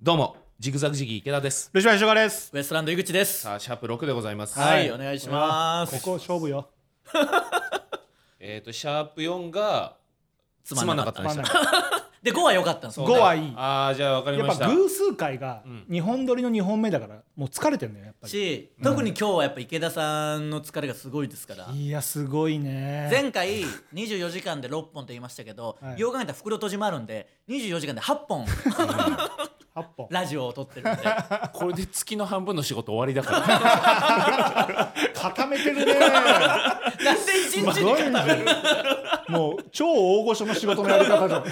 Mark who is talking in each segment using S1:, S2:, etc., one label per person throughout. S1: どうもジグザグジギー池田です
S2: ルシファーガです。
S3: ウエストランド井口です。
S1: さあシャープ6でございます
S3: はい、お願いします。
S2: ここ勝負よ。
S1: えっ、とシャープ4がつ
S3: つ
S1: ま
S3: ま
S1: ん
S3: ん
S1: な
S3: な
S1: か
S3: か
S1: っ
S3: っ
S1: で
S3: たた
S2: ま
S1: し
S2: ん
S1: た
S2: な
S1: ね
S2: かっ
S3: で、5はい良かったんです
S1: そう
S3: よ
S1: ね
S2: 五はいい
S1: ああじゃあ分か
S2: た
S1: り
S2: や
S1: ま
S2: っ
S1: した
S2: ぱ偶数回が
S1: ん
S2: 2本撮りの2本目だから、もう疲れてるね、やっぱり。
S3: し、特に今日はやっぱ池田さんの疲れがすごいですから。
S2: いや、すごいね。
S3: 前回24時間で6本と言いましたけど、
S2: はい
S3: よう考えたら袋閉じもあるんで24時間で8本
S2: 8本。
S3: ラジオを撮ってるんで
S1: これで月の半分の仕事終わりだから
S2: 固めてるね。
S3: なんで一日
S2: す
S3: に
S2: ごいね。もう超大御所の仕事のやり方じゃん。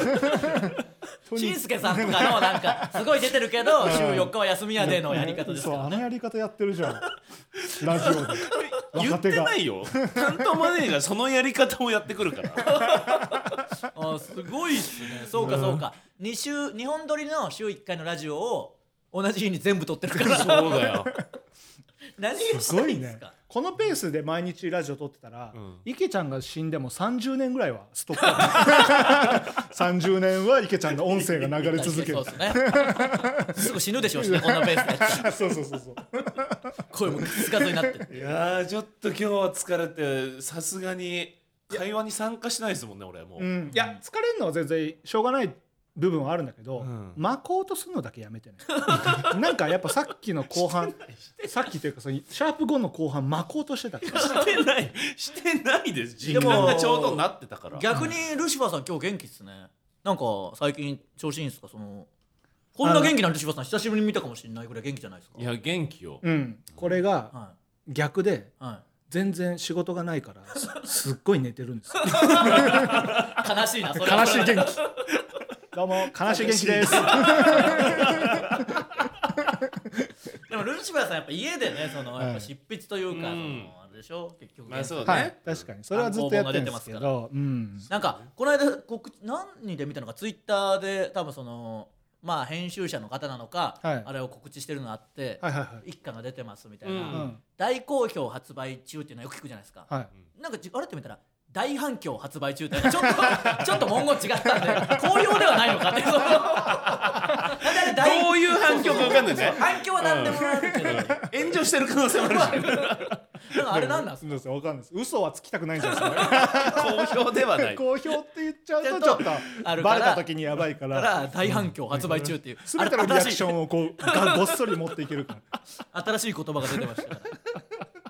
S2: とに
S3: しんすけさんとかのなんかすごい出てるけど週4日は休みやでのやり方です
S2: そ
S3: か
S2: う、
S3: ら
S2: あ
S3: ね
S2: のやり方やってるじゃん。ラジオで。
S1: 言
S2: 若
S1: って
S2: 手が
S1: ないよ担当マネージャーそのやり方をやってくるから
S3: あすごいっすねそうかそうか、二週日本撮りの週1回のラジオを同じ日に全部撮ってるから
S1: そうだよ
S3: 何がし
S2: す
S3: た
S2: ご
S3: い
S2: い
S3: んです
S2: ね
S3: か。
S2: このペースで毎日ラジオ撮ってたら
S1: ん、
S2: 池ちゃんが死んでも30年ぐらいはストップ。30年は池ちゃんの音声が流れ続ける
S3: そう。ですねすぐ死ぬでしょうし ねこんなペースで
S2: そうそうそうそう。
S3: 声もくつかずになってる
S1: いやーちょっと今日は疲れてさすがに会話に参加しないですもんね俺もう、
S2: うん、いや疲れるのは全然しょうがない部分はあるんだけど、
S1: ん
S2: 巻こうとするのだけやめてねなんかやっぱさっきの後半さっきというかそのシャープ5の後半巻こうとしてたから
S1: してないしてないです時
S2: でも
S1: 間がちょうどなってたから
S3: 逆にルシファーさん今日元気っすねなんか最近調子いいんですかそのこんな元気なルシファーさん久しぶりに見たかもしれないぐらい元気じゃないですか
S1: いや元気よ、
S2: うんこれが
S3: は
S2: 逆で
S3: い、は
S2: 全然仕事がないからすすっごい寝てるんですよ
S3: い、悲しいなそれは
S2: 悲しい元気どうも悲しい元気です
S3: でもルシファーさんやっぱ家でねその
S2: はい
S3: やっぱ執筆というか、
S1: うん
S3: そのあれでしょ結局、
S1: まあそうだね、
S2: はい確かにそれはずっとやってるんですけ
S3: あの
S2: どうん
S3: なんかこの間告知何で見たのかツイッターで多分そのまあ編集者の方なのか、
S2: はい
S3: あれを告知してるのあって、
S2: はいはいはい
S3: 一巻が出てますみたいな、
S1: う
S2: うんん
S3: 大好評発売中っていうのはよく聞くじゃないですか、
S2: はい
S3: なんかじあれって見たら大反響発売中ってちょっとちょっと 文言違ったんで好評ではないのかってその なんであれ
S1: どういう反響か分かんないね
S3: 大反響は何でもあるけど、なんか
S1: 炎上してる可能性もあるし
S3: あれなんなん
S2: す
S3: すか
S2: みませんわかんないです嘘はつきたくないんじゃないですか
S1: 好評ではない
S2: 好評って言っちゃうと
S3: ち
S2: ち
S3: ょ
S2: ょ
S3: っ
S2: っ
S3: と
S2: と
S3: あるから
S2: バレた時にやばいか
S3: だからら大反響発売中っていう
S2: 全てのリアクショ
S3: あ
S2: ンをこう がごっそり持っていけるから
S3: れ新しい新しい言葉が出てました から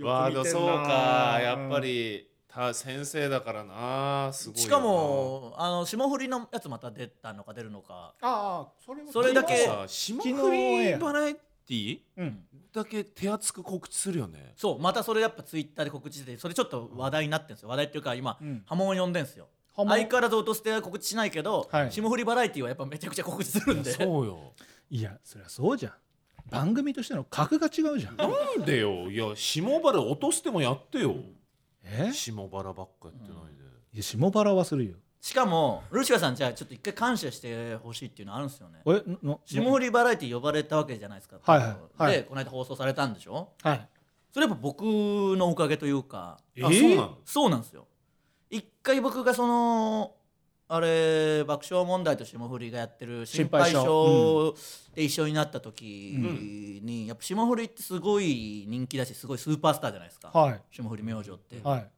S1: わあでもそう
S2: よく見てんな
S1: か
S2: あ
S1: やっぱりた先生だからなすごいよな
S3: しかもあの霜降りのやつまた出たのか出るのか
S2: ああそれは
S3: それだけ
S1: さ霜降りバラエティ
S2: うん
S1: だけ手厚く告知するよね
S3: そうまたそれやっぱツイッターで告知しててそれちょっと話題になってるんですよ話題っていうか今、
S2: うん
S3: 波紋を呼んでんですよ
S2: 波紋
S3: 相変わらず音捨ては告知しないけど、
S2: はい
S3: 霜降りバラエティーはやっぱめちゃくちゃ告知するんで
S1: そうよ
S2: いやそりゃそうじゃん番組としての格が違うじゃん
S1: なんでよいや霜原落としてもやってよ
S2: え
S1: 霜原ばっかやってないで、
S2: いや下腹はするよ
S3: しかもルシファーさんじゃあちょっと一回感謝してほしいっていうのあるんですよね
S2: えのの
S3: 霜降りバラエティー呼ばれたわけじゃないですか、
S2: はいはいはい
S3: でこの間放送されたんでしょ
S2: はい
S3: それやっぱ僕のおかげというか
S2: えー
S1: あそうなの
S3: そうなんですよ一回僕がそのあれ爆笑問題と霜降りがやってる心
S2: 心
S3: 配
S2: 配性
S3: 性で一緒になった時に、やっぱ霜降りってすごい人気だしすごいスーパースターじゃないですか、
S2: はい
S3: 霜降り明星って、
S2: はい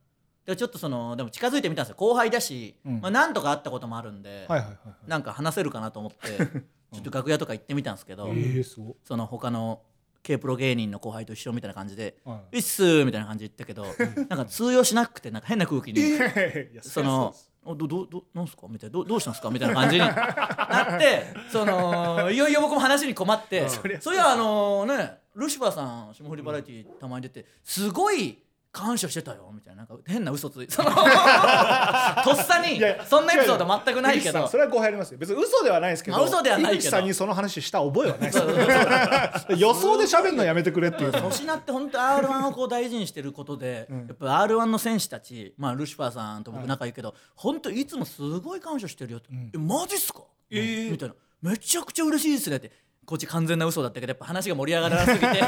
S3: でちょっとそのでも近づいてみたんですよ後輩だし、
S2: うん
S3: まあ、何とか会ったこともあるんで、
S2: はいはいはい
S3: なんか話せるかなと思って ちょっと楽屋とか行ってみたんですけど、
S2: はいええすごい
S3: その他の K プロ芸人の後輩と一緒みたいな感じで
S2: は
S3: 「うっすー」みたいな感じで言ったけど なんか通用しなくてなんか変な空気に
S2: いいや
S3: そ
S2: りゃう
S3: の
S2: です
S3: 「おどどどなんすか?」みたいなど「どうしたんですか?」みたいな感じになってそのいよいよ僕も話に困って、そり
S2: りゃ
S3: ゃそりゃあのねルシファーさん霜降りバラエティーたまに出てすごい感謝してたよみたいななんか変な嘘ついて そのとっさに
S2: いやいや
S3: そんなエピソード全くない
S2: 井口
S3: け
S2: さ
S3: ど
S2: んそれは誤解ありますよ別に嘘ではないですけど
S3: まあ嘘ではないけ
S2: 井
S3: ど
S2: 口さんにその話した覚えはないです予想で喋るのやめてくれっていう
S3: 粗品って本当 r 1をこう大事にしてることで、やっぱ r 1の選手たち、まあ、ルシファーさんと僕仲いいけど、本当いつもすごい感謝してるよって「えマジっすか
S1: ええ
S3: みたいな「めちゃくちゃ嬉しいですね」ってこっち完全な嘘だったけどやっぱ話が盛り上がらなすぎて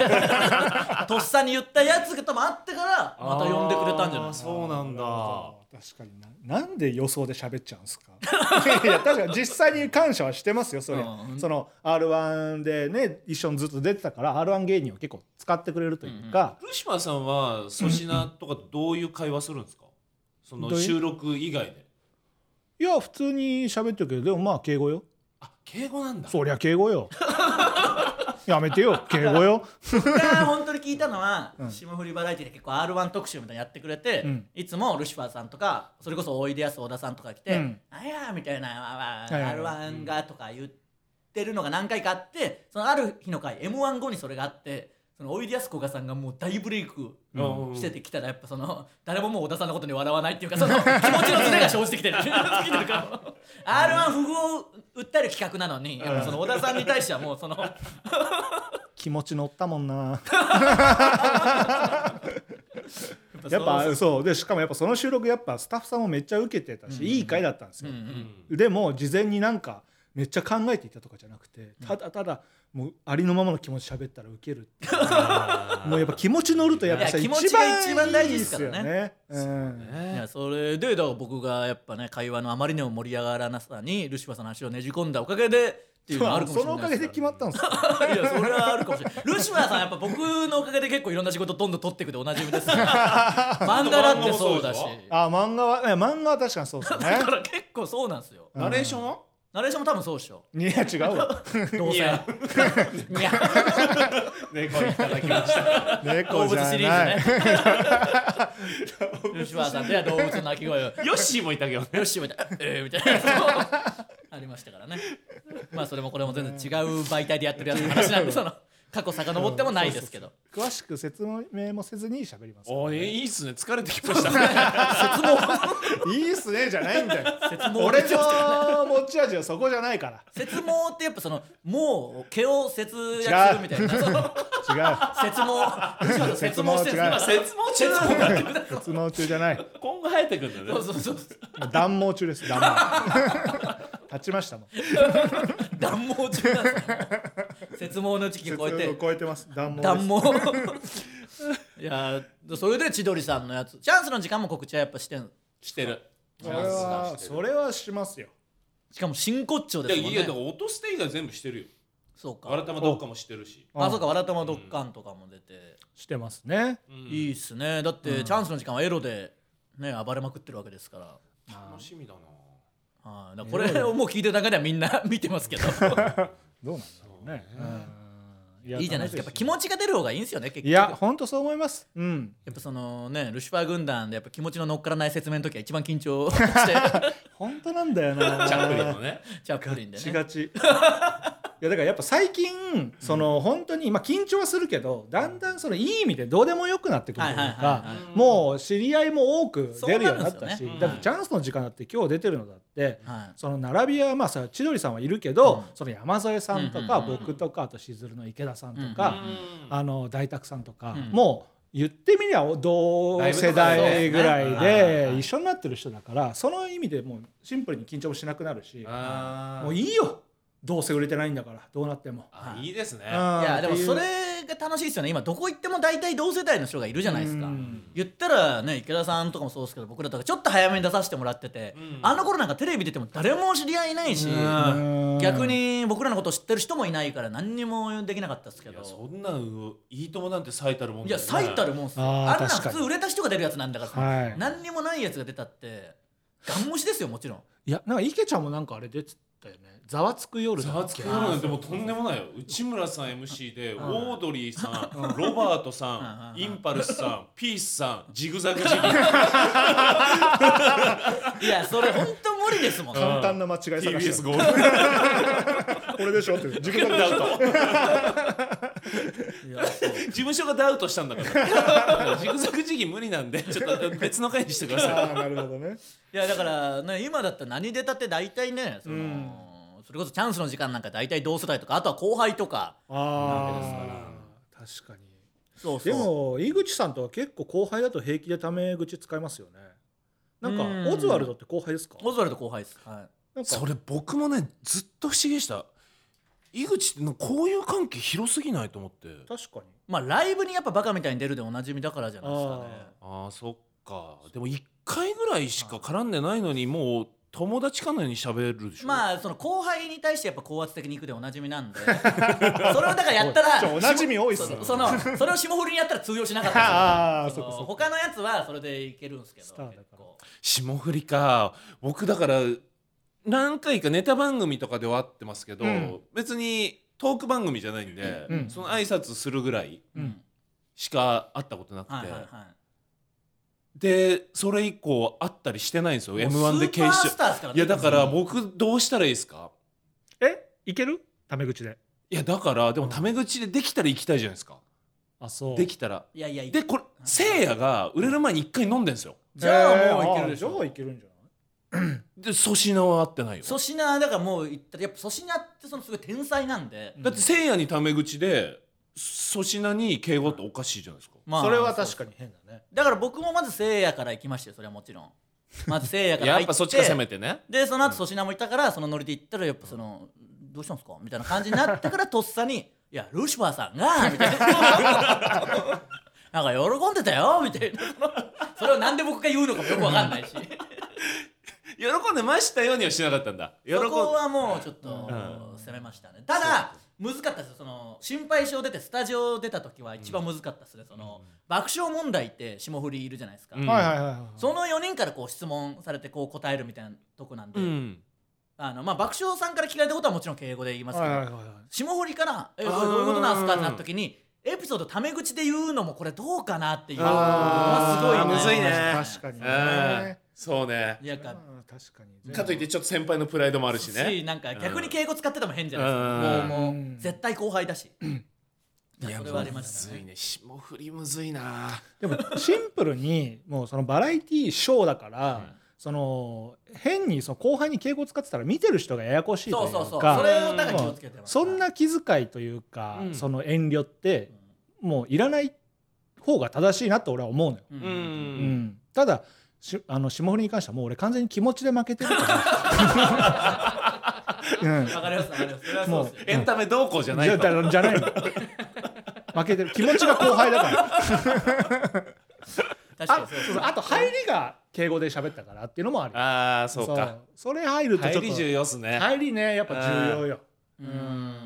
S3: とっさに言ったやつともあってからまた呼んでくれたんじゃな
S1: あー
S3: いですか
S1: そうなんだ
S2: 確かにななんで予想で喋っちゃうんですか いや確かに実際に感謝はしてますよそれ、
S3: うん
S2: その r 1でね一緒にずっと出てたから r 1芸人を結構使ってくれるというか、
S1: ルシファーさんは粗品とかどういう会話するんですかその
S2: どういう
S1: 収録以外で
S2: いや普通に喋ってるけどでもまあ敬語よ
S1: あ敬語なんだ
S2: そりゃ敬語よ やめてよ敬語よ
S3: 僕が本当に聞いたのは、
S2: うん
S3: 霜降りバラエティで結構 r 1特集みたいなのやってくれて、
S2: うん
S3: いつもルシファーさんとかそれこそおいでやす小田さんとか来て「
S2: うん
S3: あやー」みたいな「
S2: いはい
S3: r 1が」とか言ってるのが何回かあってそのある日の回 m 1後にそれがあってそのおいでやす小田さんがもう大ブレイク。
S1: うん
S3: しててきたらやっぱその誰ももう小田さんのことに笑わないっていうかその気持ちのズレが生じて きてる r 1不合を訴える企画なのにやっぱその小田さんに対してはもうその
S2: 気持ち乗ったもん なやっぱそうでしかもやっぱその収録やっぱスタッフさんもめっちゃ受けてたし、
S3: うん
S2: いい回だったんです
S3: うん
S2: よ、
S3: う
S1: うんん
S2: でも事前になんかめっちゃ考えていたとかじゃなくてただただもうありのままの気持ち喋ったらウケるっていうもう やっぱ気持ち乗るとやっぱさ
S3: いや
S2: 一
S3: 気持
S2: 番
S3: ちが一番大事ですから
S2: い
S3: ね
S2: いですよねうん
S3: い
S1: ね
S3: やそれでだから僕がやっぱね会話のあまりにも盛り上がらなさにルシファーさんの話をねじ込んだおかげでっていうのはあるかもし
S2: そ
S3: れな
S2: の
S3: い
S2: おかげで決まったんですよ
S3: たいやそれはあるかもしれないルシファーさんやっぱ僕のおかげで結構いろんな仕事どんどん取ってくでおなじみですから漫画だってそうだ
S1: 漫
S3: し
S1: 画もそうで
S2: あ漫画はいや漫画は確かにそうですよね
S3: だ から結構そうなんですよ
S1: ナレーションは
S3: ナレーションも多分そうでしょ
S2: いや違うわ
S3: どう
S1: い
S3: せ
S1: や
S3: いや
S1: 猫いただきました
S3: 動
S2: 猫
S3: 物
S2: じゃ
S3: シリ
S2: ない
S3: ーズねルシファーさんでは動物の鳴き声
S1: ヨ
S3: を
S1: ッシーもいたけどね
S3: よしみたいな、えーみたいなありましたからねまあそれもこれも全然違う媒体でやってるやつの 話なんでその過去遡ってもないですけど
S2: 詳しく説明もせずに喋ります
S1: おーいいっすね疲れてきましたね
S2: いいっすねじゃないんだよ
S3: 説明
S2: 俺の持ち味はそこじゃないから
S3: 説毛ってやっぱそのもう毛を節約するみたいなその
S2: 違う
S3: 節毛むしろ節毛して
S2: 違う
S3: るんです今節
S1: 絶望中だもんだって
S2: 脱毛中じゃない
S1: 今後生えてくんだ
S3: そう
S1: ね
S3: そうそう
S2: 断毛中です断毛 立ちましたもん
S3: 断毛中なんですよ節毛の時期を超え
S2: 節
S3: て
S2: を超えてます断毛です
S3: 断毛 いやーそれで千鳥さんのやつチャンスの時間も告知はやっぱしてん
S1: してる
S2: それはそれはしますよ
S3: しかも真骨頂
S1: いや
S3: ですもん
S1: いやだから
S3: ね
S1: 落として以外全部してるよ
S3: そうか
S1: わらたまどっかもしてるし
S3: あ、そうか、
S2: ん
S3: わらたまドッカンとかも出て、
S2: してますね
S1: うん
S3: いいっすね。だって、
S2: うん
S3: チャンスの時間はエロで、ね、暴れまくってるわけですから。
S1: 楽しみだな
S3: はい、だからこれをもう聞いてる中ではみんな 見てますけど。
S2: どうなんだろうね
S1: そう
S2: うん
S3: いいじゃないですか。やっぱ気
S2: 楽し
S3: 持ちが出る方がいいんですよね、結
S2: い
S3: 局。
S2: いや本当そう思いますうん
S3: やっぱそのね、ルシファー軍団でやっぱ気持ちの乗っからない説明の時は一番緊張して、
S2: 本当なんだよな
S1: チャップリンのね
S3: チャップリンで
S2: ガチ
S3: ね。
S2: ガチ いやだからやっぱ最近その本当にまあ緊張はするけどだんだんそのいい意味でどうでもよくなってくるという
S3: はいはいはい
S2: か
S3: はい
S2: もう知り合いも多く出るようになっ
S3: そう
S2: た
S3: なんです
S2: し
S3: よ
S1: ね
S2: だってチャンスの時間だって今日出てるのだって
S3: はい。
S2: その並びはまあさ千鳥さんはいるけど、
S3: うん
S2: その山添さんと
S3: う
S2: か
S3: んうんうん
S2: 僕とかあとしずるの池田さんと
S3: うん
S2: か、
S1: あ
S2: あの大沢さんとか、
S3: うん
S2: もう言ってみりゃ同世代ぐら
S1: だい
S2: い
S1: ぶそうです
S2: で
S1: ね
S2: 一緒になってる人だからその意味でもうシンプルに緊張もしなくなるし
S1: あー
S2: もういいよどうせ売れてないんだからどうなっても。
S1: あいいですね
S2: うん
S3: いや、でもそれ
S2: っていう
S3: が楽しいですよね。今、どこ行っても大体同世代の人がいるじゃないですか
S2: う。ん
S3: 言ったらね池田さんとかもそうですけど僕らとかちょっと早めに出させてもらってて、
S1: うん
S3: あの頃なんかテレビ出ても誰も知り合いいないし、
S2: うん
S3: 逆に僕らのこと知ってる人もいないから何にもできなかったですけ
S1: い
S3: ど
S1: やそんなんいいともなんて最たるもん
S3: い
S1: だ
S3: や
S1: よね
S3: 最たるもんっすよ
S2: あー
S3: あんなん
S2: 確か
S3: 普
S2: に
S3: 通売れた人が出るやつなんだからさ、
S2: はい
S3: 何にもないやつが出たってガン無視ですよもちろん
S2: いやなんか池ちゃんもなんかあれ出てたよね「ざわつく夜」
S1: ざ
S2: だ
S1: わ
S2: っ
S1: つ
S2: け
S1: くななんてもうとんでもないよ内村さん MC でオ
S3: ん
S1: ードリーさんロバートさ
S3: うんん
S1: インパルスさんピースさんジグザグジギー
S3: いやそれほんと無理ですもん、
S1: うん
S2: 簡単な間違い探し
S1: TBS
S2: て
S1: ゴールデ
S2: これでしょって自
S1: ン
S2: 分
S1: ダウト
S3: いやそう
S1: 事務所がダウトしたんだからジグザグジギー無理なんでちょっと別の回にしてください
S2: ああなるほどね
S3: いやだからね今だったら何出たって大体ねその、
S2: うん
S3: それこそチャンスの時間なんか大体同世代とかあとは後輩とか
S2: ああ確かに
S3: そうそう
S2: でも井口さんとは結構後輩だと平気でタメ口使いますよねなん
S3: うん
S2: かオズワルドって後輩ですか
S3: オズワルド後輩です、はい
S2: なんか
S1: それ僕もねずっと不思議でした井口ってこういう関係広すぎないと思って
S2: 確かに
S3: まあライブにやっぱバカみたいに出るでおなじみだからじゃないですかね
S1: あーそっかでも一回ぐらいしか絡んでないのにもう友達かのように喋るでしょあ
S3: まあその後輩に対してやっぱ高圧的に行くでおなじみな んでそれをだからやったら
S2: ちょおなじみ多いっす
S3: そ
S2: ね
S3: のそのそれを霜降りにやったら通用しなかったですよ
S2: ああそ
S3: そ
S2: っかそ
S3: の
S2: っか
S3: 他のやつはそれでいけるんですけど
S2: スターだから
S3: 結構
S1: 霜降りか僕だから何回かネタ番組とかでは会ってますけど、
S2: うん
S1: 別にトーク番組じゃないんで、
S2: うん
S1: その挨拶するぐらい
S3: うん
S1: しか会ったことなくて、
S3: はいはいはい
S1: でそれ以降会ったりしてないんですよ m 1で決
S3: もうスーパ
S1: 勝
S3: ースターですからね
S1: いやだから僕どうしたらいいですか
S2: えいけるタメ口で
S1: いやだからでもタメ口でできたら行きたいじゃないですか、
S2: あそう
S1: できたら
S3: いやいや
S1: でこれせいやが売れる前に一回飲んでんですよ
S3: じゃあもういけるでし
S2: じゃあ
S3: ょ
S2: いけるんじゃない
S1: で粗品は会ってないよ
S3: 粗品だからもう言ったらやっぱ粗品ってそのすごい天才なんで
S1: だってせいやにタメ口で粗品に敬語っておかしいじゃないですか
S3: まあ
S2: それは確かに変だね
S3: だから僕もまずせいやから行きましたよそれはもち ろんまずせいやから
S1: やっ
S3: 入って
S1: ぱそっちから攻めてね
S3: でその後粗品もいたからそのノリで行ったらやっぱその「どうしたんですか?」みたいな感じになってからとっさに「いやルシファーさん が」みたいな。なんか喜んでたよみたいなそれをなんで僕が言うのかもよくわかんないし
S1: 喜んでましたよにはしなかったんだ喜ん
S3: そこはもうちょっと攻めましたねただ難かったですよその心配性出てスタジオ出た時は一番難かったですねその爆笑問題って霜降りいるじゃないですか、
S1: うん
S2: はいはいはいはい
S3: その4人からこう質問されてこう答えるみたいなとこなんで、
S1: うん
S3: あのまあ、爆笑さんから聞かれたことはもちろん敬語で言いますけ
S2: はいはいは
S3: ど、
S2: いはい
S3: 霜降りから「え
S1: あー
S3: これどういうことなんすか?」ってなった時にエピソードタメ口で言うのもこれどうかなっていうの
S1: あー
S3: はすごい
S1: あーむずいね
S2: 確かに
S1: うん
S2: ね
S1: そうね
S3: いやか
S2: うん確かに
S1: かといってちょっと先輩のプライドもあるしね
S3: なんか逆に敬語使ってても変じゃないです
S1: うん
S3: かもうも
S2: うん
S3: う絶対後輩だしいやそれはありま
S1: む
S3: し
S1: ず
S3: た
S1: い
S3: ね
S1: ね霜降りむずいな
S2: でもシンプルにもうそのバラエティーショーだから、その変にその後輩に敬語使ってたら見てる人がややこしいと
S3: そ
S2: いうう
S3: そうそう
S2: か
S3: それをだから気をつけてます
S2: そんな気遣いというか、
S1: うん
S2: その遠慮っ
S3: う
S2: て
S3: ん
S2: もういらない方が正しいなって俺は思うのよ、
S3: うん
S1: う
S2: うん
S1: ん
S2: ただしあの霜降りに関してはもう俺完全に気持ちで負け てるから、うん、
S3: わかりますわかりますそれはそうですよ
S1: エンタメ同行じゃない
S2: じ
S1: と
S2: ゃだじゃないの負けてる気持ちが後輩だ からあそ
S3: 確かにそうで
S2: う
S3: す
S2: そうあと入りが敬語で喋ったからっていうのもある
S1: ああそうか
S2: それ入るとち
S1: 入
S2: ょっと
S1: り重要っすね
S2: 入りねやっぱ重要よ
S3: うんま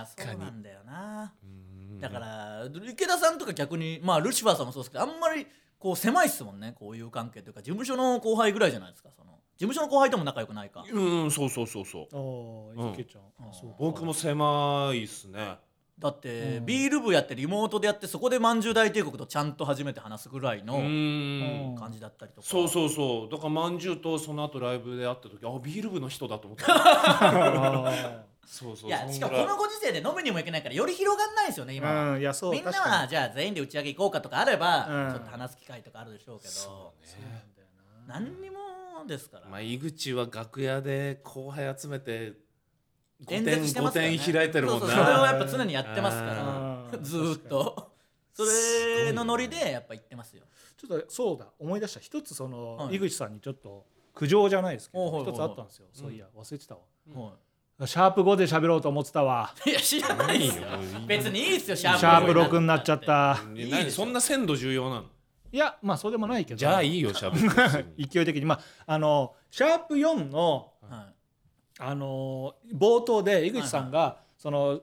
S3: あ
S1: 確
S3: そ
S1: かに
S3: うなんだよな
S1: うん
S3: だから池田さんとか逆にまあルシファーさんもそうですけどあんまりこう狭いっすもんねこういう関係というか事務所の後輩ぐらいじゃないですかその事務所の後輩とも仲良くないか
S1: うんそうそうそうそう
S2: お
S1: うん
S2: ーいけちゃん
S3: うん
S2: あそうか
S1: 僕も狭いっすね
S3: だって、
S2: うん
S3: ビール部やってリモートでやってそこでまんじゅう大帝国とちゃんと初めて話すぐらいうの
S1: ん
S3: 感じだったりとか、
S1: そうそうそうだからまんじゅうとその後ライブで会った時あビール部の人だと思った
S2: あ
S1: そうそうい
S3: やしかもこのご時世で飲みにも行けないからより広がんないですよね今は、
S2: ーうんいやそう
S3: みんな
S2: 確か
S3: はじゃあ全員で打ち上げ行こうかとかあれば、
S2: うん
S3: ちょっと話す機会とかあるでしょうけど
S2: にそうなんだよな
S3: 何にもですから、
S1: まあ、井口は楽屋で後輩集めて
S3: 演
S1: 5点
S3: 説してま
S1: 5
S3: すからね
S1: 点開いてるもんな
S3: そうそうそれをやっぱ常にやってますか
S2: あ
S3: ら
S2: ー
S3: ずーっとそ
S1: すごい
S3: れ
S1: ね
S3: のノリでやっぱ行ってますよ
S2: ちょっとそうだ思い出した一つその
S3: はい
S2: 井口さんにちょっと苦情じゃないですけ
S3: おうはい
S2: ど
S3: はい
S2: 一つあったんですよそういや忘れてたわ
S3: も
S2: シャープ5で喋ろうと思ってたわ
S3: うい や知らないですよ別にいいっすよシ
S2: シ
S3: ャ
S2: ャープ
S3: 六
S2: 6になっちゃった
S1: いいそんな鮮度重要なの
S2: いやまあそうでもないけど
S1: じゃあいいよしゃべって
S2: 勢い的にまああのシャープ4の
S3: は
S2: あのー冒頭で井口さんが、その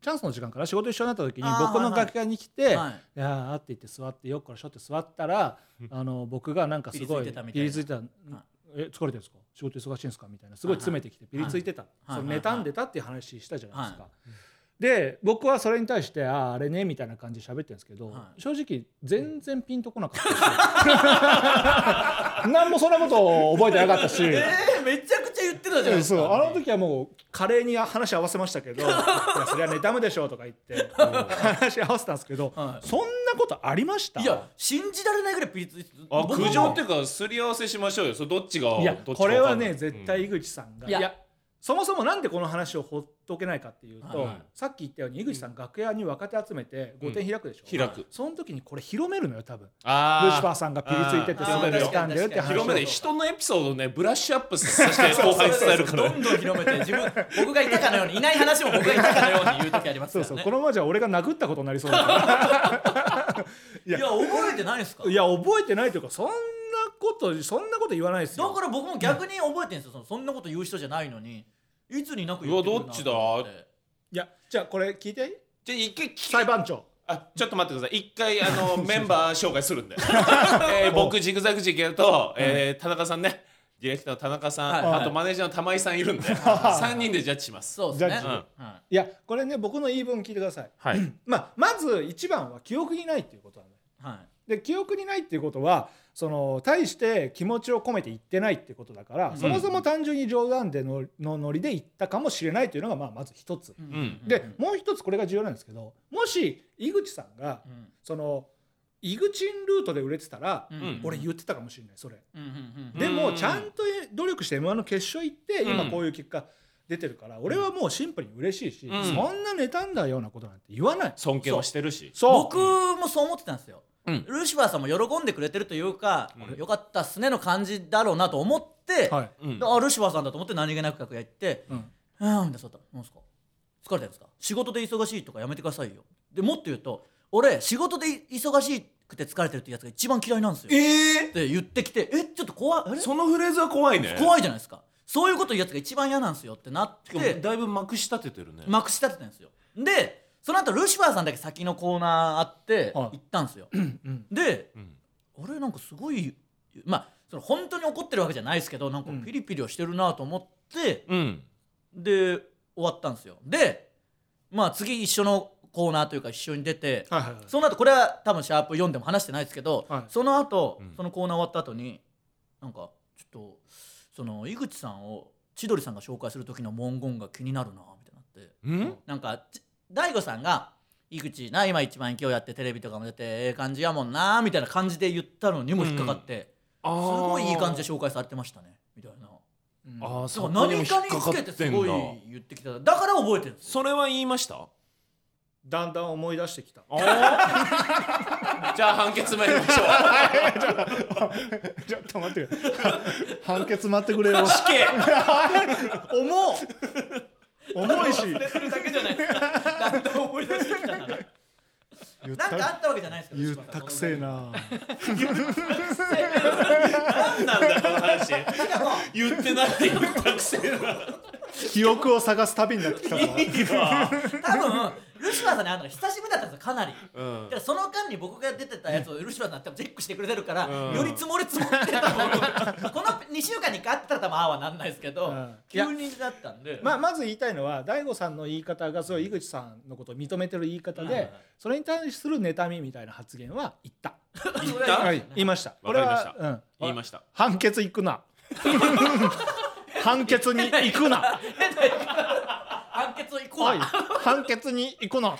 S2: チャンスの時間から仕事一緒になった時に
S3: あー
S2: 僕の楽屋に来て「
S3: い、
S2: い
S3: はい、
S2: やー」って言って座ってよっこらしょって座ったらあの僕がなんかすごい
S3: ピリついてたみたいな
S2: ピリついてた「え疲れてるんですか仕事忙しいんですか?」みたいなすごい詰めてきてピリついてた、
S3: はい
S2: その
S3: はい
S2: 妬んでたっていう話したじゃないですか。
S3: は
S2: で僕はそれに対して「あああれね」みたいな感じで喋ってるんですけど、
S3: はい
S2: 正直全然ピンとこなかったし 何もそんなこと覚えてなかった し。
S3: えー、めちゃくちゃ言ってたじゃないです
S2: そう
S3: か
S2: あの時はもう華麗に話合わせましたけどいやそれはねダメでしょうとか言って話合わせたんですけど、
S3: はい
S2: そんなことありました
S3: いや信じられないぐらいピリついてた
S1: あ
S3: 僕
S1: 苦
S3: も
S1: 情っていうかすり合わせしましょうよそれどっちが
S2: いや
S1: どっちか
S2: これは
S1: わか
S2: ね
S1: んない
S2: 絶対井口さんが、
S3: う
S2: い
S3: ん
S2: やそもそもなんでこの話をほっとけないかっていうと、
S3: はい
S2: さっき言ったように井口さん楽屋に若手集めて
S1: うん
S2: 5点開くでしょ、
S1: 開く
S2: その時にこれ広めるのよ多分ルシファ
S1: あ
S2: ーさんがピリついてて
S3: あ
S2: す
S3: ー
S2: ごい掴んでるって
S3: あー
S2: 話
S1: 広め
S2: を
S1: で人のエピソードをねブラッシュアップさ せて後輩に伝えるから
S3: どんどん広めて自分僕がいたかのようにいない話も僕がいたかのように言う時ありま
S2: そう
S3: すからね
S2: そうこのままじゃ俺が殴ったことになりそうだから
S3: いや覚えてないですか
S2: いや覚えてないというかそんなこことそんなこと言わないです
S3: だ
S2: よ
S3: から僕も逆に覚えてるんですよそのそんなこと言う人じゃないのにいつになく言くるなと思て
S2: いやじゃあこれ聞いて
S1: じゃあ一回聞き
S2: 裁判長
S1: あちょっと待ってください一回あ のメンバー紹介するんで、えー僕ジグザグジギャと、えー田中さんねディレクターの田中さん、
S3: はいはい
S1: あとマネージャーの玉井さんいるんで3人でジャッジします
S3: そうですね
S2: ジャッジ
S1: うん
S3: はい
S2: やこれね僕の言い分聞いてください、
S1: はい
S2: まあ、まず一番は記憶にないっていうことなんだよ
S3: は
S2: で記憶にないっていうことはその対して気持ちを込めて言ってないってことだから、
S3: うん
S2: そもそも単純に冗談でののノリで言ったかもしれないというのがまあまず一つ、
S3: い
S1: ん
S2: でもう一つこれが重要なんですけどもし井口さんが
S3: うん
S2: その井口ンルートで売れてたら、
S3: うんうん
S2: 俺言ってたかもしれないそれ、
S3: うんうんうん
S2: で
S1: う
S2: も
S1: ん
S2: ちゃんと努力して m 1の決勝行って
S1: うん
S2: 今こういう結果出てるから俺はもうシンプルに嬉しいし、
S1: うん
S2: そんな妬んだようなことなんて言わない
S1: 尊敬はしてるし
S2: そう
S3: 僕もそう思ってたんですよ、
S1: うん
S3: ルシファーさんも喜んでくれてるというか、
S1: うん
S3: よかったっすねの感じだろうなと思って、
S2: はい
S1: うん
S3: であルシファーさんだと思って何気なく楽屋行って
S2: うん
S3: 「うん」みたいなそうだった「なんすか疲れてるんですか仕事で忙しいとかやめてくださいよ」でもっと言うと「俺仕事で忙しくて疲れてるってやつが一番嫌いなんですよ」
S1: え
S3: って言ってきて「えちょっと怖いあれ
S1: ー、そのフレーズは怖いね
S3: 怖いじゃないですかそういうこと言うやつが一番嫌なんですよ」ってなっ
S1: しかも
S3: て
S1: だいぶまくし立ててるね、
S3: まくし立てたんですよでその後ルシファーさんだけ先のコーナーあって
S2: はい
S3: 行ったんですよ、
S2: うん
S3: で
S1: うん
S3: あれなんかすごいまあその本当に怒ってるわけじゃないですけどなんか
S2: うん
S3: ピリピリはしてるなと思って、
S1: うん
S3: で終わったんですよでまあ次一緒のコーナーというか一緒に出て、
S2: はいはいはい
S3: その後これは多分シャープ4でも話してないですけど、
S2: はい
S3: その後、
S1: うん
S3: そのコーナー終わった後になんかちょっとその井口さんを千鳥さんが紹介する時の文言が気になるなみたいになっ
S1: う
S3: て。
S1: ん
S3: なんかち大悟さんが「井口な今一番勢いやってテレビとかも出てええ感じやもんな」みたいな感じで言ったのにも引っかかって、
S1: あ
S3: す
S1: ー
S3: ごいいい感じで紹介されてましたねみたいな
S2: うん
S1: あー
S3: そ
S1: そうこにも
S3: 何
S1: 引っ
S3: かに
S1: か
S3: つ
S1: か
S3: け
S1: ってて
S3: す
S1: んだ
S3: ごい言ってきただから覚えてるんですよ
S1: それは言いました
S2: だんだん思い出してきた
S1: おーじゃあ判決参りま しょう
S2: ちょっと待って くれ判決待って くれよ
S1: 死刑
S2: 重う重いし
S3: 忘れてるだけじゃないですかだんだん思い出してきたななんか
S2: 言っ
S3: あ
S2: た
S3: ったわけじゃないですけど
S2: 言ったくせえな
S1: 何なんだこの話
S3: しかも
S1: 言ってない言ったくせえな
S2: 記憶を探す旅になってきたない
S1: いわ
S3: 多分ルシファーさんに会うのが久しぶりだったんですよかなり。
S1: うん
S3: だからその間に僕が出てたやつを漆原さん多分チェックしてくれてるから、
S1: うん
S3: より積もり積もってたと思う この2週間に会ってたら多分ああはなんないですけど、
S2: うん
S3: 急にだったんで
S2: まあ、まず言いたいのは大悟さんの言い方がすごい井口さんのことを認めてる言い方で、
S3: はいはい
S2: それに対する妬みみたいな発言は言った、
S1: 言っ
S3: あ
S1: た
S2: は
S1: 言
S2: い、言いました
S1: わかりました
S2: これは、うん、
S1: いました
S2: 判決行くな判決に行くな、
S3: 判決を行こう、
S2: はい、判決に行くな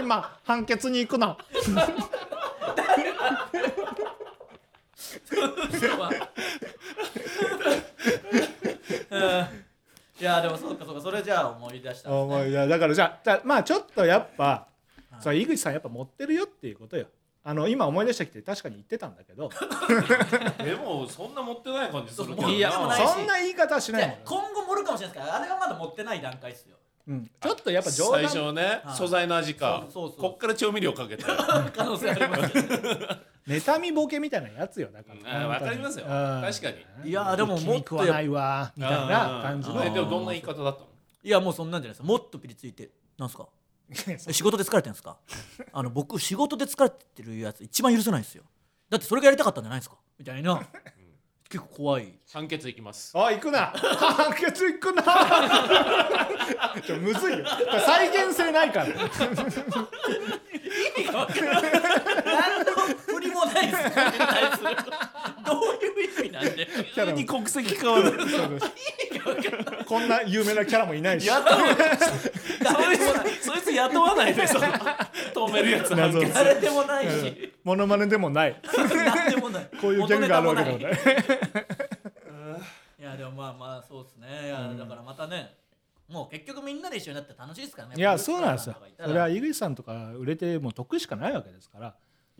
S2: 今判決に行くな
S3: いやでもそうかそうかそれじゃあ思い出したんです
S2: 思
S3: ね
S2: い出だからじゃあだまあちょっとやっぱそう井口さんやっぱ持ってるよっていうことよあの今思い出してきて確かに言ってたんだけど
S1: でもそんな持ってない感じするけど
S3: そう
S1: な
S3: やでもないし
S2: そんな言い方はしないもん
S3: で今後盛るかもしれないですからあれはまだ持ってない段階ですよ
S2: うん、ちょっとやっぱ冗
S1: 最
S2: 談
S1: 初のね
S3: はい
S1: 素材の味か
S3: そうそうそう
S1: こっから調味料かけて
S3: 可能性ありますよね
S2: 妬みボケみたいなやつよだか
S1: う
S2: ら
S1: んわかりますよ確か
S3: にいやでももっ
S2: 気に
S3: と
S2: 食わないわみたいな感じ
S1: うんえでも
S2: の
S1: どんな言い方だったの
S3: いやもうそんなんじゃないですもっとピリついてなんすかえ仕事で疲れてるんですかあの僕仕事で疲れてるやつ一番許せないんですよだってそれがやりたかったんじゃないですかみたいな結構怖い
S1: 判決いきます
S2: あ行くな判決行くなちょむずいよ再現性ないから
S3: 意味が分からない何の振りもないですよ絶対するどういう意味なんで
S2: キャラも
S1: 国籍変わる
S2: そうそうこんな有名なキャラもいないし
S1: そいつそいつ雇わないでその止めるやつ判
S2: 謎
S1: 決
S3: 誰でもないし
S2: モノマネでもない
S3: 何でもない
S2: こういうギャグがあるわけでもない
S3: 元ネタいやでもまあまあそうですねいやだからまたねもう結局みんなで一緒になって楽しいですからね
S2: いやそうなんですよ
S3: やっぱ
S2: それは井口さんとか売れてもう得しかないわけですから
S1: い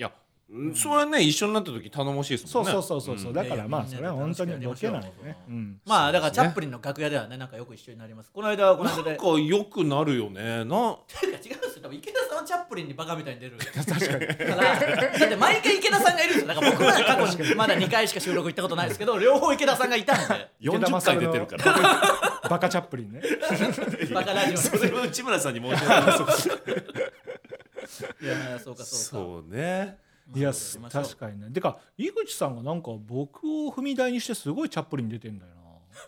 S1: やうんそれはね一緒になった時頼もしいです
S2: そ
S1: も
S2: うん
S1: ね
S2: そうそうそうそう、だからまあ
S3: いや
S2: そ
S3: いや
S2: れは本当にボケなんで
S3: 確かに
S2: ね、うん、
S3: まあだからチ
S1: そうですね
S3: ャップリンの楽屋ではねなんかよく一緒になりますこの間はこの間
S1: な
S3: で
S1: んか良くなるよねな
S3: 違うんですよ多分池田さんはチャップリンにバカみたいに出るだって毎回池田さんがいるんですよだから僕ら過去にまだ2回しか収録行ったことないですけど両方池田さんがいたんで
S1: 40回出てるから
S2: らバカチャップリンね
S3: バカラジオ
S1: そ
S3: の
S1: れは内村さんに申し訳ない
S3: いやそうかそうか
S1: そうね
S2: いや
S3: そうだね
S2: 確かにねてか井口さんがなんか僕を踏み台にしてすごいチャップリン出てんだよ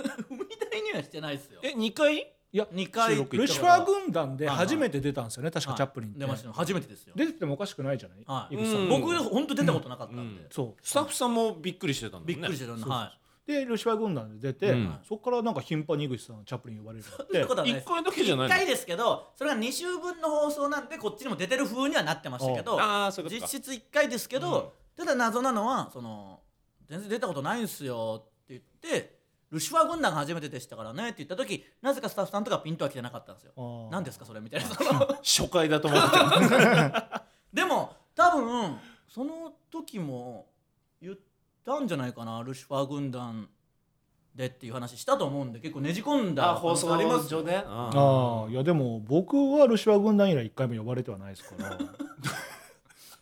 S2: な
S3: 踏み台にはしてないですよ
S1: え二回
S2: いや
S3: 2回
S1: 収録
S2: ルシファー
S3: 軍
S2: 軍団で初めて出たんですよね確かチャップリンって
S3: 出ましたね初めてですよ
S2: 出ててもおかしくないじゃない、
S3: はい
S2: 井口さん
S1: うん
S3: 僕本当出たことなかったん
S1: う
S3: で
S1: ん
S2: そう
S1: スタッフさんもびっくりしてたんだもん
S3: び
S1: ね
S3: っくりしてたんで
S2: そうそう
S3: は
S2: でルシファー軍団で出て、
S1: うん
S2: そこからなんか頻繁に井口さんチャップリン呼ばれるように
S3: い
S2: なって
S3: そんなことはないで
S1: 一
S3: す
S1: 回だけじゃない
S3: 1
S1: の
S3: 回ですけどそれが2週分の放送なんでこっちにも出てる風にはなってましたけど
S1: ああそういうこと
S3: 実
S1: か
S3: 質1回ですけど、ただ謎なのはその全然出たことないんすよって言ってルシファー軍団が初めてでしたからねって言った時なぜかスタッフさんとかピンとは来てなかったんですよ
S2: あー
S3: 何ですかそれみたいな その
S1: 初回だと思ってた
S3: でも多分その時も言ったんじゃないかなルシファー軍団でっていう話したと思うんで結構ねじ込んだ
S1: あ放送
S3: 可能性よ
S1: 上ねあ
S2: ああいやでも僕はルシファー軍団以来一回も呼ばれてはないですから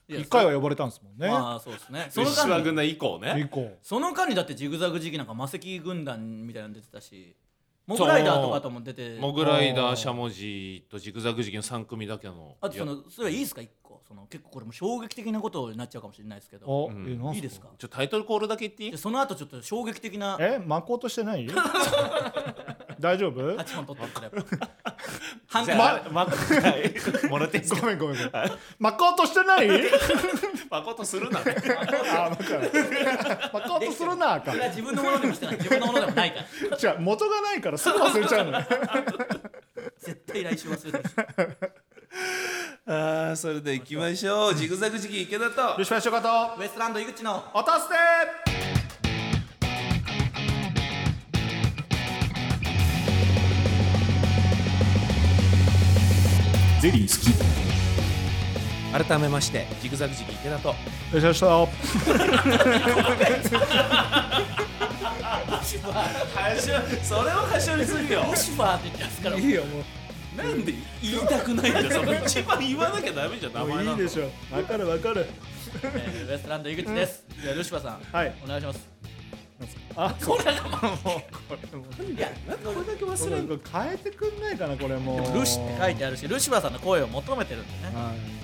S3: いや
S2: 一回は呼ばれたんですもんね、
S3: まあそうですねそ
S1: その間
S3: の間
S1: は
S3: に
S1: 軍団以降ね
S2: 以降
S3: その間にだってジグザグ時期なんか魔石軍団みたいなの出てたしモグライダーとかとも出て
S1: モグライダーしゃもじとジグザグ時期の三組だけの
S3: あとそのそれはいいですか一個その結構これも衝撃的なことになっちゃうかもしれないですけど
S2: あ、
S1: うん
S2: えなん
S3: いいですか
S1: ちょタイトルコールだけ言っていい
S3: でその後ちょっと衝撃的な
S2: えまこうとして ない大丈夫ご
S3: 8本取ってたからやっ ぱ反
S1: じ
S3: 対
S1: ゃあ まはいもらっていいですか
S2: めんごめんごめんまこうとしてない
S1: まことするなね
S2: あまこまこうとするなあか
S3: それは自分のものでもしてない自分のものでもない から
S2: じゃ元がないからすぐ忘れちゃうのよ
S3: 絶対来週忘れてる
S1: あーそれでは行きましょうジグザグ時期池田と
S2: ルシファーしようか
S3: ウエストランド井口 の
S2: と落として
S1: ゼリー好き改めましてジグザグ時期池田と
S2: ルシファーしよ
S1: それをはしょりするよ
S3: ルシファーって言ってますから
S2: ういいよもう
S1: なんで言いたくないんだよその一番言わなきゃダメじゃん名前
S2: も
S1: な
S2: ういい
S1: ん
S2: で
S1: だ
S2: しょわかるわかる
S3: えーウエストランド井口ですじゃあルシファーさん
S2: はい
S3: お願いします
S2: あそう
S3: いや
S1: これだけ忘れる
S2: これ変えてくんないかなこれもう
S3: ルシって書いてあるしルシファーさんの声を求めてるんでね
S2: はい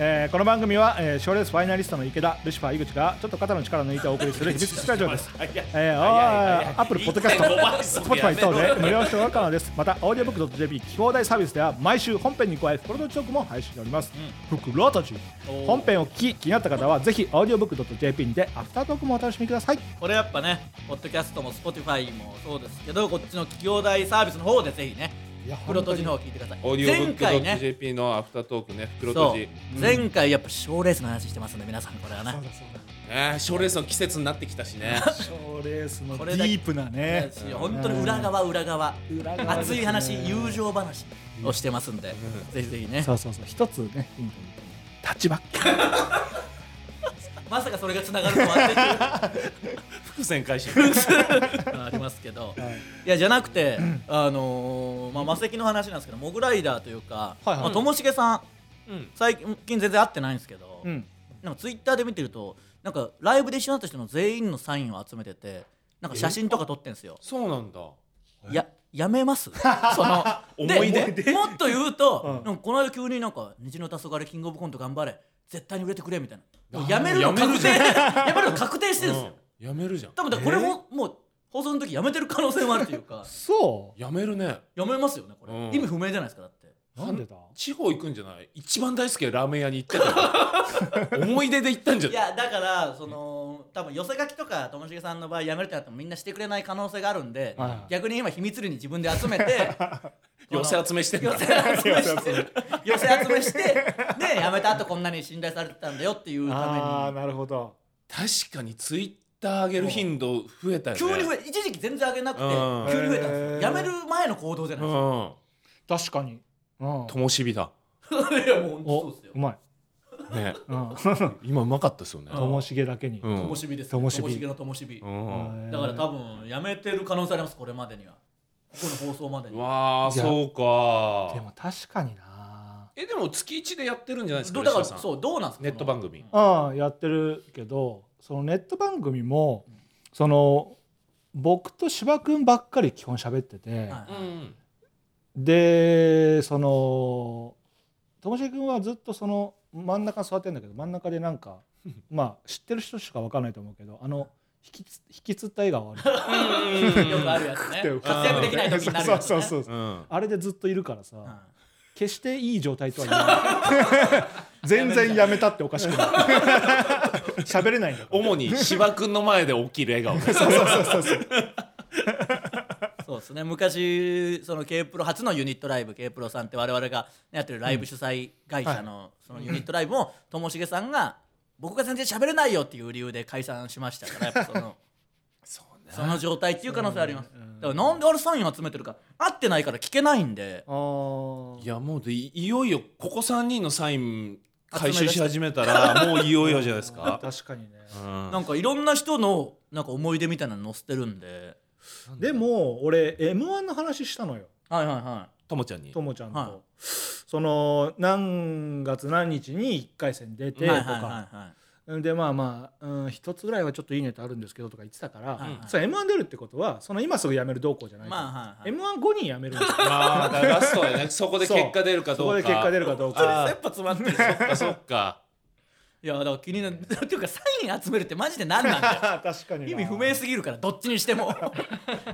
S2: えーこの番組は賞、えー、賞レースファイナリストの池田、ルシファー、井口がちょっと肩の力を抜いてお送りする秘密スタジオです。
S1: 早い
S2: えー、
S1: 早い
S2: アップルポッドキャスト、
S1: 1.5倍
S2: スポットファイ
S1: や
S2: 等で
S1: めろ
S2: 無料視聴が可能です。また、オーディオブック .jp 聞き放題サービスでは毎週本編に加え、袋とチョークも配信しております。ふくろたち。
S3: おー
S2: 本編を聞き、気になった方はぜひオーディオブック .jp にてアフタートークもお楽しみください。
S3: これやっぱねポッドキャストも Spotify もそうですけどこっちの企業大サービスの方でぜひね
S2: いや
S3: 袋閉じの方聞いてください
S1: オーディオブ
S3: 前回
S1: ック
S3: ね
S1: .jp のアフタートークね袋
S3: そ
S1: 閉
S3: う
S1: じ、
S3: 前回やっぱ賞レースの話してますんで皆さんこれはね
S1: ね賞レースの季節になってきたし ね
S2: 賞レースの
S3: こ
S2: デ
S3: れ
S2: ィ
S3: だけ
S2: ープなね。
S3: いや本当に裏側裏側
S2: 裏側です
S3: 熱
S2: ね
S3: い話友情話をしてますんでぜひぜひね
S2: そうそうそう、一つね、ヒントにタッチバック。
S3: まさかそれがつながるとは
S1: 伏線回収
S3: っていうありますけ
S2: は
S3: ど
S2: い
S3: いやじゃなくてあのーまあ魔石の話なんですけどモグライダーというか
S2: はいはい
S3: まあともしげさん
S1: うん
S3: 最近全然会ってないんですけど
S2: うん
S3: なんかツイッターで見てるとなんかライブで一緒になった人の全員のサインを集めててなんか写真とか撮ってんすよ
S1: そうなんだ
S3: いややめます その
S1: 思い出
S3: もっと言うと
S2: う、ん
S3: なんかこの間急になんか「虹の黄昏キングオブコント頑張れ絶対に売れてくれ」みたいな
S1: あー
S3: やめるの確定
S1: や
S3: やめるの確定してるんですよ
S1: うんやめるじゃん
S3: 多分だからこれも、もう放送の時やめてる可能性もあるという か
S2: そ
S1: やめるね
S3: やめますよねこれ、
S1: うん
S3: 意味不明じゃないですかだって
S2: う。なんでだ。
S1: 地方行くんじゃない一番大好きなラーメン屋に行ってた よ思い出で行ったんじゃ
S3: い
S1: ない
S3: やだからその多分寄せ書きとかともしげさんの場合やめるってなってもみんなしてくれない可能性があるんで、
S2: はい
S3: 逆に今秘密裏に自分で集めて
S1: 寄せ集めしてんだ
S3: 寄せ集めして寄せ集めしてでやめた後こんなに信頼されてたんだよっていう
S2: ああ、
S3: た
S2: なるほど。
S1: 確かにツイッター上げる頻度増えたよね
S3: めに急に増
S1: え
S3: え一時期全然上げなくて
S1: うん
S3: 急に増えたんですよ
S2: へー
S3: やめる前の行動じゃ
S1: う
S3: ないで
S1: ん
S2: 確かに。うん。
S1: ともしびだ
S3: すか いやもう本当
S2: お
S3: そうですよ、
S2: うまい。
S1: ね
S2: うん
S1: 今うまかったですよね
S2: ともしげだけに、
S1: うん
S3: ともしびです
S2: ともしび
S3: ともしげのともしび
S1: うん
S3: だから多分やめてる可能性ありますこれまでにはここの放送までに
S1: うわあ
S2: いや
S1: そう
S2: で
S1: か
S2: も確かにな
S1: えでも月一でやってるんじゃないですか
S3: どだから
S1: 吉田さん
S3: そうどうなんですか
S1: ネット番組
S3: この
S2: ああやってるけどそのネット番組もその僕と芝君ばっかり基本喋ってて、
S3: うんは
S1: う
S3: いはい
S1: ん
S2: でそのともしげ君はずっとその真ん中に座ってんだけど真ん中でなんか まあ知ってる人しかわかんないと思うけどあの引きつ引きつった笑顔ある
S3: よくあるや つね
S2: うん
S3: 活躍できない時になるやつ、
S2: そ
S3: ね、
S2: うそうそうそう
S1: うんうん
S2: あれでずっといるからさ、
S3: うん
S2: 決していい状態とは言わない全然やめたっておかしくない 喋れないんだから
S1: 主に芝君の前で大きい笑顔ね
S2: そうそうそうそうそう
S3: そうですね昔その K プロ初のユニットライブ K プロさんって我々が、ね、やってるライブ主催会社の,、そのユニットライブもともしげさんが僕が全然喋れないよっていう理由で解散しましたからやっぱその
S1: そうね
S3: その状態っていう可能性あります、
S2: うん
S3: だからなんであれサイン集めてるか合ってないから聞けないんで
S2: あー
S1: いやもうでいいよいよここ3人のサイン回収し始めたらもういよいよじゃないです か
S2: 確かにね、
S1: うん
S3: なんかいろんな人のなんか思い出みたいなの載せてるんで
S2: でも俺 m 1の話したのよ
S3: はいはいは
S1: ともちゃ んに
S2: ともちゃんと、
S3: はい
S2: その何月何日に1回戦出
S3: い
S2: てとか、
S3: はいはいはいはい
S2: でまあまあ、うん、一つぐらいはちょっといいネタあるんですけどとか言ってたから、
S3: はいはい
S2: それ m 1出るってことはその今すぐ辞める動向じゃないから、
S3: まあはいはい
S2: m 1後に辞めるんだよ
S1: ああだからラストでねそこで結果出るか
S2: そ
S1: どう
S2: こ
S1: か
S2: で結果出るかどう
S1: あー
S2: か
S1: 切羽詰まってるそっかそっか
S3: いやだから気になるっていうかサイン集めるってマジで何なんだよ
S2: 確かにな
S3: 意味不明すぎるからどっちにして も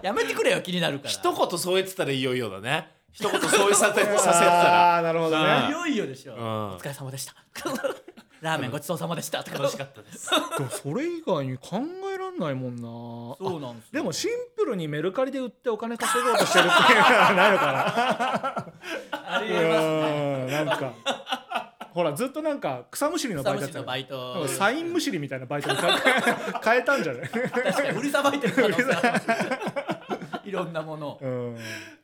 S3: やめてくれよ気になるから
S1: 一言そう言ってたらいよいよだね一言そういうさ せさせてた
S2: あーなるほどね
S1: うん
S3: いよいよでしょ、
S1: らうん
S3: お疲れ様で したラーメンごちそうさまでしたとか
S1: 楽しかったです
S2: でもそれ以外に考えられないもんな
S3: そうなんですよ
S2: でもシンプルにメルカリで売ってお金稼ごうとしてるっていうのはないのかな
S3: あり
S2: う
S3: えますね
S2: ーんなんかほらずっとなんか草むしりのバイトやっ
S3: 草むしりのバイト
S2: なんかサインむしりみたいなバイトに変え変えたんじゃない
S3: 確かに売りさばいてる可能性あるかもしれ ないいろんなものを
S2: う。ん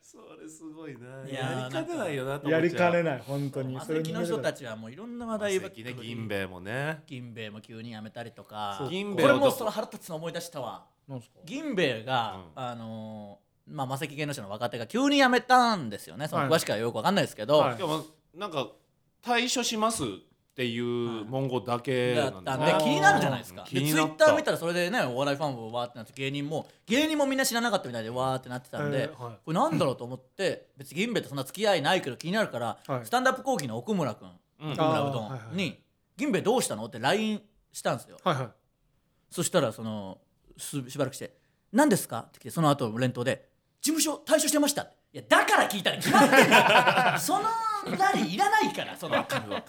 S1: それすごいないや
S3: や
S1: りかねないよなと思
S2: や
S1: っ
S2: り
S1: ちゃ
S2: か
S1: う
S2: ねない本当に
S3: マセキの人た
S2: ち
S3: ちはもういろんな話題ばっかり
S1: ね銀兵衛もね
S3: 銀兵衛も急にやめたりとか
S1: そう銀兵衛
S3: これ
S1: はど
S3: も
S1: こ
S3: その腹立つの思い出したわ
S2: なんですか
S3: 銀兵衛が、
S1: うん
S3: あのーまあマセキ芸能者の若手が急に辞めたんですよねその詳しくはよくわかんないですけど、
S2: はい
S1: でもなんか退所しますっていう文言だけ
S3: だ
S1: な
S3: っ
S1: んだ
S3: たん
S1: ね
S3: で
S2: あー
S3: 気になるじゃないですかでツ
S1: 気
S3: イ
S1: にな
S3: ッ
S1: っ
S3: タ
S1: た
S3: ー見たらそれでねお笑いファンもわーってなって芸人も芸人もみんな知らなかったみたいでわーってなってたんで、
S2: えーはい
S3: これなんだろうと思って別に銀兵衛とそんな付き合いないけど気になるから、
S2: はい
S3: スタンダップ講義の奥村君
S1: うん
S3: 奥村う
S2: あーはい
S3: ど
S2: は
S3: ん
S2: い
S3: に「銀兵衛どうしたの?」って LINE したんですよ
S2: はいはい
S3: そしたらそのすしばらくして「何ですか?」って来てその後連投で「事務所退所してました」いやだから聞いたら決まってんだよそのなりいらないからその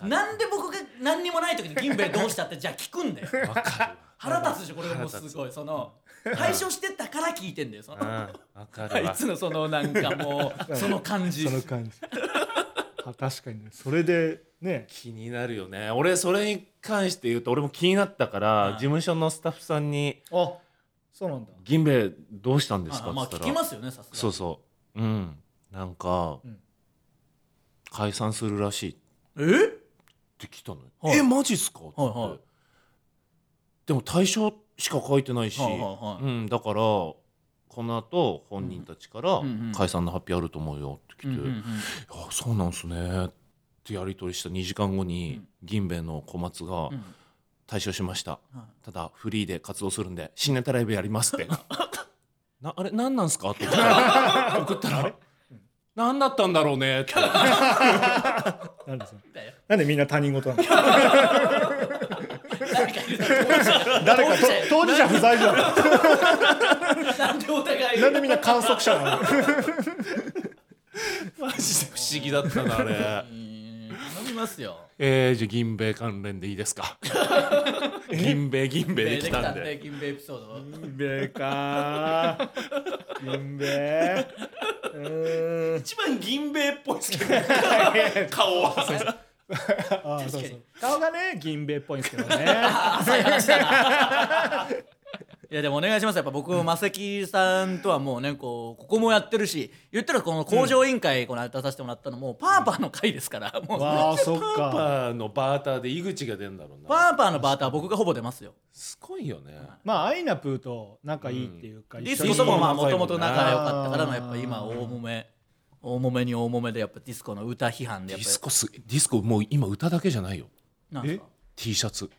S3: なんで僕が何にもない時に銀兵衛どうしたってじゃあ聞くんだよ
S1: わか
S3: 腹立つでしょこれもうすごいその対処してたから聞いてんだよそ
S1: る
S3: の
S1: わうんわか
S3: あ
S1: る
S3: い
S1: わ
S3: つのそのなんかもうその感じ
S2: その感じ あ確かにねそれでね
S1: 気になるよね俺それに関して言うと俺も気になったか
S3: うん
S1: ら事務所のスタッフさんに
S2: あそうなんだ
S1: 「銀兵衛どうしたんですか?」
S3: あ
S1: っ
S3: ま
S1: つ
S3: あ
S1: った
S3: 聞
S1: ら
S3: きますよねさすがに
S1: そうそううんなんか、
S2: うん
S1: 解散するらしいっ
S3: えはい
S1: て来たのよ、
S3: はい
S1: えマジっすかって、
S3: はいはい
S1: でも対象しか書いてないし、
S3: はいはい
S1: うん、だからこの後本人たちから
S3: うんうんうん
S1: 解散の発表あると思うよって来て、
S3: うんうんうん
S1: あそうなんすねってやり取りした2時間後に、
S3: うん
S1: 銀兵衛の小松が
S3: うん
S1: 退所しました、
S3: はい
S1: ただフリーで活動するんで新ネタライブやりますって なあれ何なんすか って送ったら何だったんだろう ねって
S2: なんでそれ
S3: だよ
S2: なんでみんな他人事なの
S3: 誰かいるだろ
S2: 誰かと当
S3: 当事者
S2: 事者不在じゃん
S3: なんでお互い
S2: なんでみんな観測者なの
S1: マジで不思議だったなあれ
S3: うーん頼みますよ
S1: えー、じゃあ銀兵衛関連でいいです か銀兵衛銀兵衛できたんで
S3: でき銀兵衛エピソード
S2: 銀兵衛か銀兵衛うーん
S1: 一番銀兵衛っぽいですけど顔は
S2: ああそう
S3: 確か
S2: そ
S3: に
S2: う顔がね銀兵衛っぽいんですけどね
S3: 朝やらしたないやでもお願いしますやっぱ僕マセキさんとはもうねこうここもやってるし言ったらこの工場委員会この間出させてもらったのもパーパーの会ですからもう
S2: わあそっ
S1: パー
S2: か
S1: パーのバーターで井口が出るんだろうな
S3: パーパーのバーター僕がほぼ出ますよ
S1: すごいよね
S2: まあアイナプーと仲いいっていうか、
S1: うん
S3: ディ
S2: 一
S3: ス
S2: 緒に
S3: コともまあもともと仲良かったからの
S2: あー
S3: やっぱ今大揉め大揉めに大揉めでやっぱディスコの歌批判
S1: デ
S3: でやっ
S1: ィ
S3: ぱ
S1: スコすディスコもう今歌だけじゃないよ
S3: なんすか
S1: T シャツ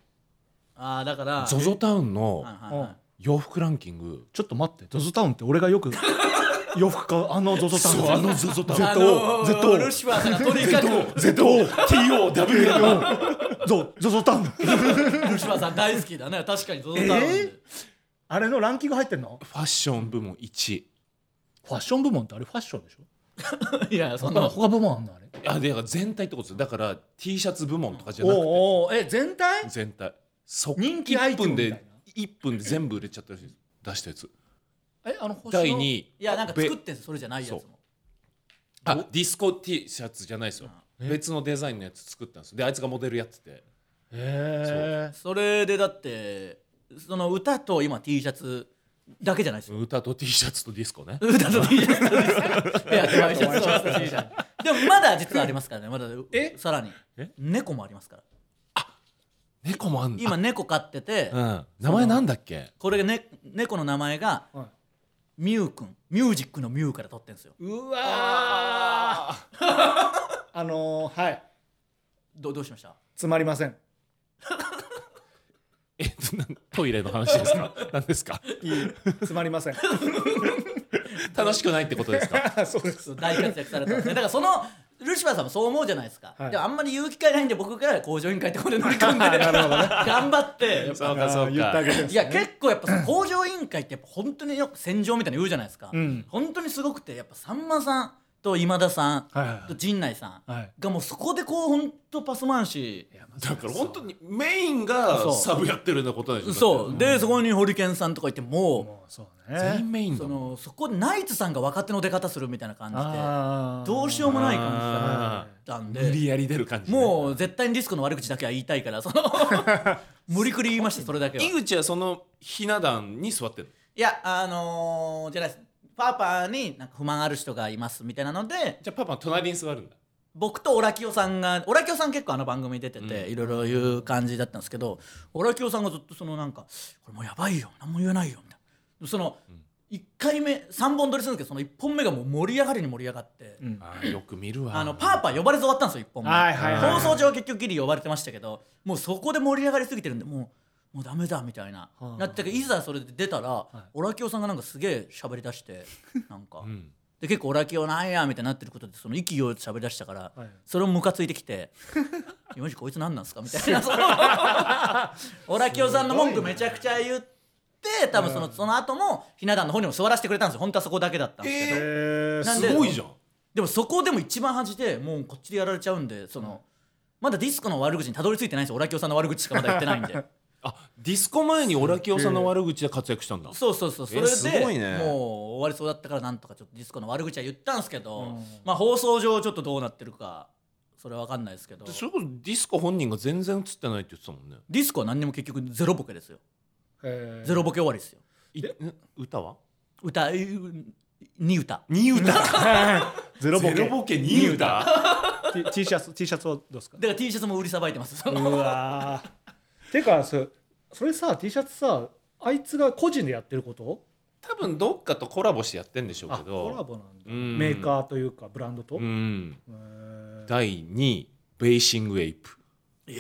S3: ああだから
S1: ゾゾタウンの
S3: はいはいはい
S1: 洋服ランキング
S2: ちょっと待ってゾゾタウンって俺 がよく洋服買うあのゾゾタウン
S1: そうあのゾゾタウン
S3: あのー
S2: 絶対
S3: ルシファーさんがとにかく
S1: ZOTOWL
S2: ゾゾゾタウン
S3: ルシファーさん大好きだね確かにゾゾタウンで、
S2: えあれのランキング入ってんの
S1: ファッション部門1位
S2: ファッション部門ってあれファッションでしょ
S3: いやそ
S2: そん
S3: ん
S2: な
S3: な
S2: 他部門あんのあれ
S1: あでだから全体ってことですよだから T シャツ部門とかじゃなくて
S2: おうおうえ全体
S1: 全体そ
S2: 人気アイテムみたいな
S1: 1分で1分で全部売れちゃったらしい出したやつ
S2: えあの星の
S1: 第2位
S3: いやなんか作ってんすそれじゃないやつ
S1: そ
S3: も
S1: あディスコ T シャツじゃないですよ別のデザインのやつ作ったんですよであいつがモデルやってて
S2: へえ
S3: それでだってその歌と今 T シャツだけじゃないですよ、
S1: 歌と T シャツとディスコね
S3: 歌と T シャツと T シ ャツペアと Y シャツと T シャツでもまだ実はありますからねまだ
S1: え
S3: さらに
S1: え
S3: 猫もありますから
S1: 猫もあんの
S3: 今猫飼ってて、
S1: うん名前なんだっけ
S3: これが、ね、猫の名前が
S2: は
S3: ミュウくんミュージックのミュウから取ってんですよ
S1: うわ
S2: あのーはい
S3: どどうしました
S2: つまりません
S1: えっとなんトイレの話です か何ですか
S2: いいつまりません
S1: 楽しくないってことですか
S2: あそうです
S3: そう大活躍さ れたんですねだからそのルシファーさんもそう思うじゃないですか、
S2: はい
S3: でもあんまり言う機会ないんで僕から工場委員会ってことで乗 り込んで頑張ってやっぱ
S1: そうかそう
S2: あ
S1: か
S2: ー言ってあげてるんです
S3: い
S2: ね
S3: や結構やっぱその工場委員会ってやっぱ本当によく戦場みたいに言うじゃないですか、
S2: うん
S3: 本当にすごくてやっぱさんまさんと今田さん
S2: はいはいはい
S3: と陣内さん
S2: はい
S3: がもうそこでこう本当パス回し
S1: だから本当にメインが
S3: そう
S1: サブやってるようなことでしょ
S3: そうでそこにホリケンさんとかいても
S2: もうそう
S1: だって全員
S2: ね
S1: メイ
S3: う
S1: ンだ
S3: そ
S1: もん
S3: のそこでナイツさんが若手の出方するみたいな感じで
S2: あー
S3: どうしようもない感じだ
S1: あ
S3: った
S1: 無
S3: んで
S1: 理やり出る感じね
S3: もう絶対にリスクの悪口だけは言いたいからそ の無理くり言いましたそれだけは
S1: 井口はそのひな壇に座ってる
S3: いやあのー、じゃないですパーパーになんか不満ある人がいますみたいなので
S1: じゃあパパは隣に座るんだ
S3: 僕とオラキオさんがオラキオさん結構あの番組出てて、
S1: うん
S3: いろいろ言う感じだったんですけどオラキオさんがずっとそのなんか「これもうやばいよ何も言えないよ」みたいなその1回目3本撮りするんですけどその1本目がもう盛り上がりに盛り上がって、
S2: うん
S1: あーよく見るわ
S3: あのパーパー呼ばれず終わったんですよ1本目、
S2: はいはいはい
S3: 放送上は結局ギリ呼ばれてましたけどもうそこで盛り上がりすぎてるんでもうもうダメだみたいな、
S2: はあ
S3: なってかいざそれで出たら、オラキオさんがなんかすげえ喋り出してなんか、
S1: うん
S3: で結構オラキオなんやみたいになってることでその意気揚々と喋り出したから、
S2: はい
S3: それもムカついてきて 「いやマジこいつ何なんすか?」みたいなその オラキオさんの文句めちゃくちゃ言って。多分そのその後もひな壇の方にも座らせてくれたんですよ本当はそこだけだったんですけど、
S1: え
S2: えー
S3: なん
S1: す
S3: で
S1: ごいじゃん
S3: でもそこでも一番恥でもうこっちでやられちゃうんでその、まだディスコの悪口にたどり着いてないんですよオラキオさんの悪口しかまだ言ってないん で
S1: あディスコ前にオラキオさんの悪口で活躍したんだ
S3: そうそうそうそれ
S1: えすごい
S3: で
S1: ね
S3: もう終わりそうだったからなんとかちょっとディスコの悪口は言ったんですけど、
S2: うん
S3: まあ放送上ちょっとどうなってるかそれは分かんないですけど
S1: でそれこそディスコ本人が全然映ってないって言ってたもんね
S3: ディスコは何にも結局ゼロボケですよ
S2: えー
S3: ゼロボケ終わりですよ
S1: いん歌は
S3: 歌うんに歌
S1: 二 歌
S2: ゼロボケ
S1: ケ二歌
S2: T- T シャツ T シャツはどうですか
S3: だから T シャツも売りさばいてます
S2: うわー てかそそれさ T シャツさあいつが個人でやってること
S1: 多分どっかとコラボしてやってんでしょう
S2: あ
S1: けど
S2: コラボなんだ
S1: うん
S2: メーカーというかブランドと、
S1: うん
S2: えー
S1: 第2位ベイシングエイプ、
S2: 第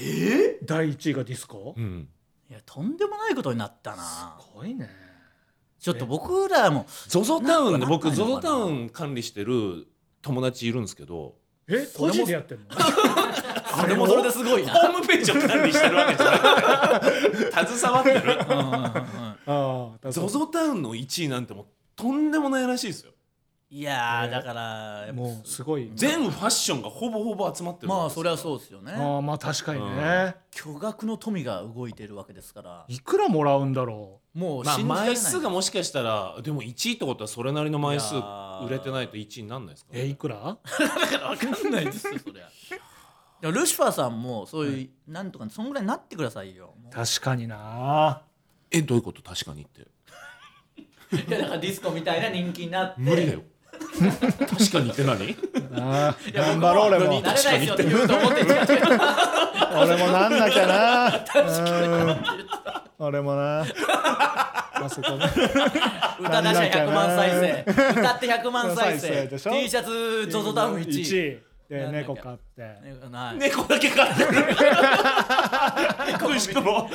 S2: 1位がディスコ
S1: うん、
S3: いやとんでもないことになったな
S2: すごいね
S3: ちょっと僕らも
S1: ゾゾタウンで僕
S3: なんか
S1: ゾ
S3: あんの
S1: ゾ
S3: かな
S1: タウン管理してる友達いるんですけ ど
S2: え個人でやってんの
S3: それもそれですごいな
S1: ームページを管理してるわけじゃなくて携わってる
S3: うんうんうんうん
S2: あ あ
S1: ゾゾタウンの1位なんてもうとんでもないらしいですよ
S3: いやー、
S2: ね
S3: だからやっぱ
S2: もうすごい
S1: 全ファッションがほぼほぼ集まってる
S3: まあそりゃそううですよ
S2: あ
S3: ね
S2: ーまあ確かにね、
S3: 巨額の富が動いてるわけですから
S2: いくらもらうんだろ
S3: もう
S1: まあ
S3: 信じられない、
S1: 枚数がもしかしたらでも1位ってことはそれなりの枚数
S3: いやー
S1: 売れてないと1位になんないですか
S2: うえいくら
S3: だから分かんないですよそりゃでもルシファーさんもそういう、なんとかそんぐらいになってくださいよも う
S2: 確かにな
S1: えどういうこと確かにって
S3: いやだからディスコみたいな人気になって
S1: 無理だよ 確かにって何
S2: あー
S3: いや
S2: 頑張ろう俺
S3: 僕
S2: も
S3: なれないですよって言うと思ってんじゃん
S2: 俺もなんなきゃなうん俺も なあそこね
S3: 歌出しゃ100万再生歌って100
S2: 100万
S3: 万再
S2: 再生
S3: 生
S2: でしょ
S3: T シャツ ZOZO ダウン1位
S2: 1位で
S3: なんだっけ
S2: 猫飼って
S3: ねない
S1: 猫だけ飼ってる
S3: 猫
S1: しかも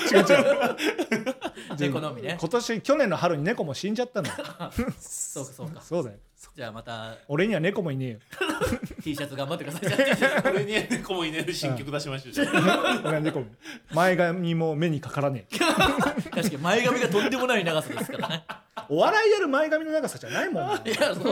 S3: 猫のみね
S2: 今年去年の春に猫も死んじゃったのよ
S3: そうかそうか
S2: そうだよ
S3: じゃあまた
S2: 俺には猫もいねえよ
S3: T シャツ頑張ってくださいじゃあ
S1: 俺に猫もいねえ新曲出しましたよ
S2: 俺は猫も前髪も目にかからねえ
S3: 確かに前髪がとんでもない長さですからね
S2: お笑いやる前髪の長さじゃないもん
S3: いやそうそ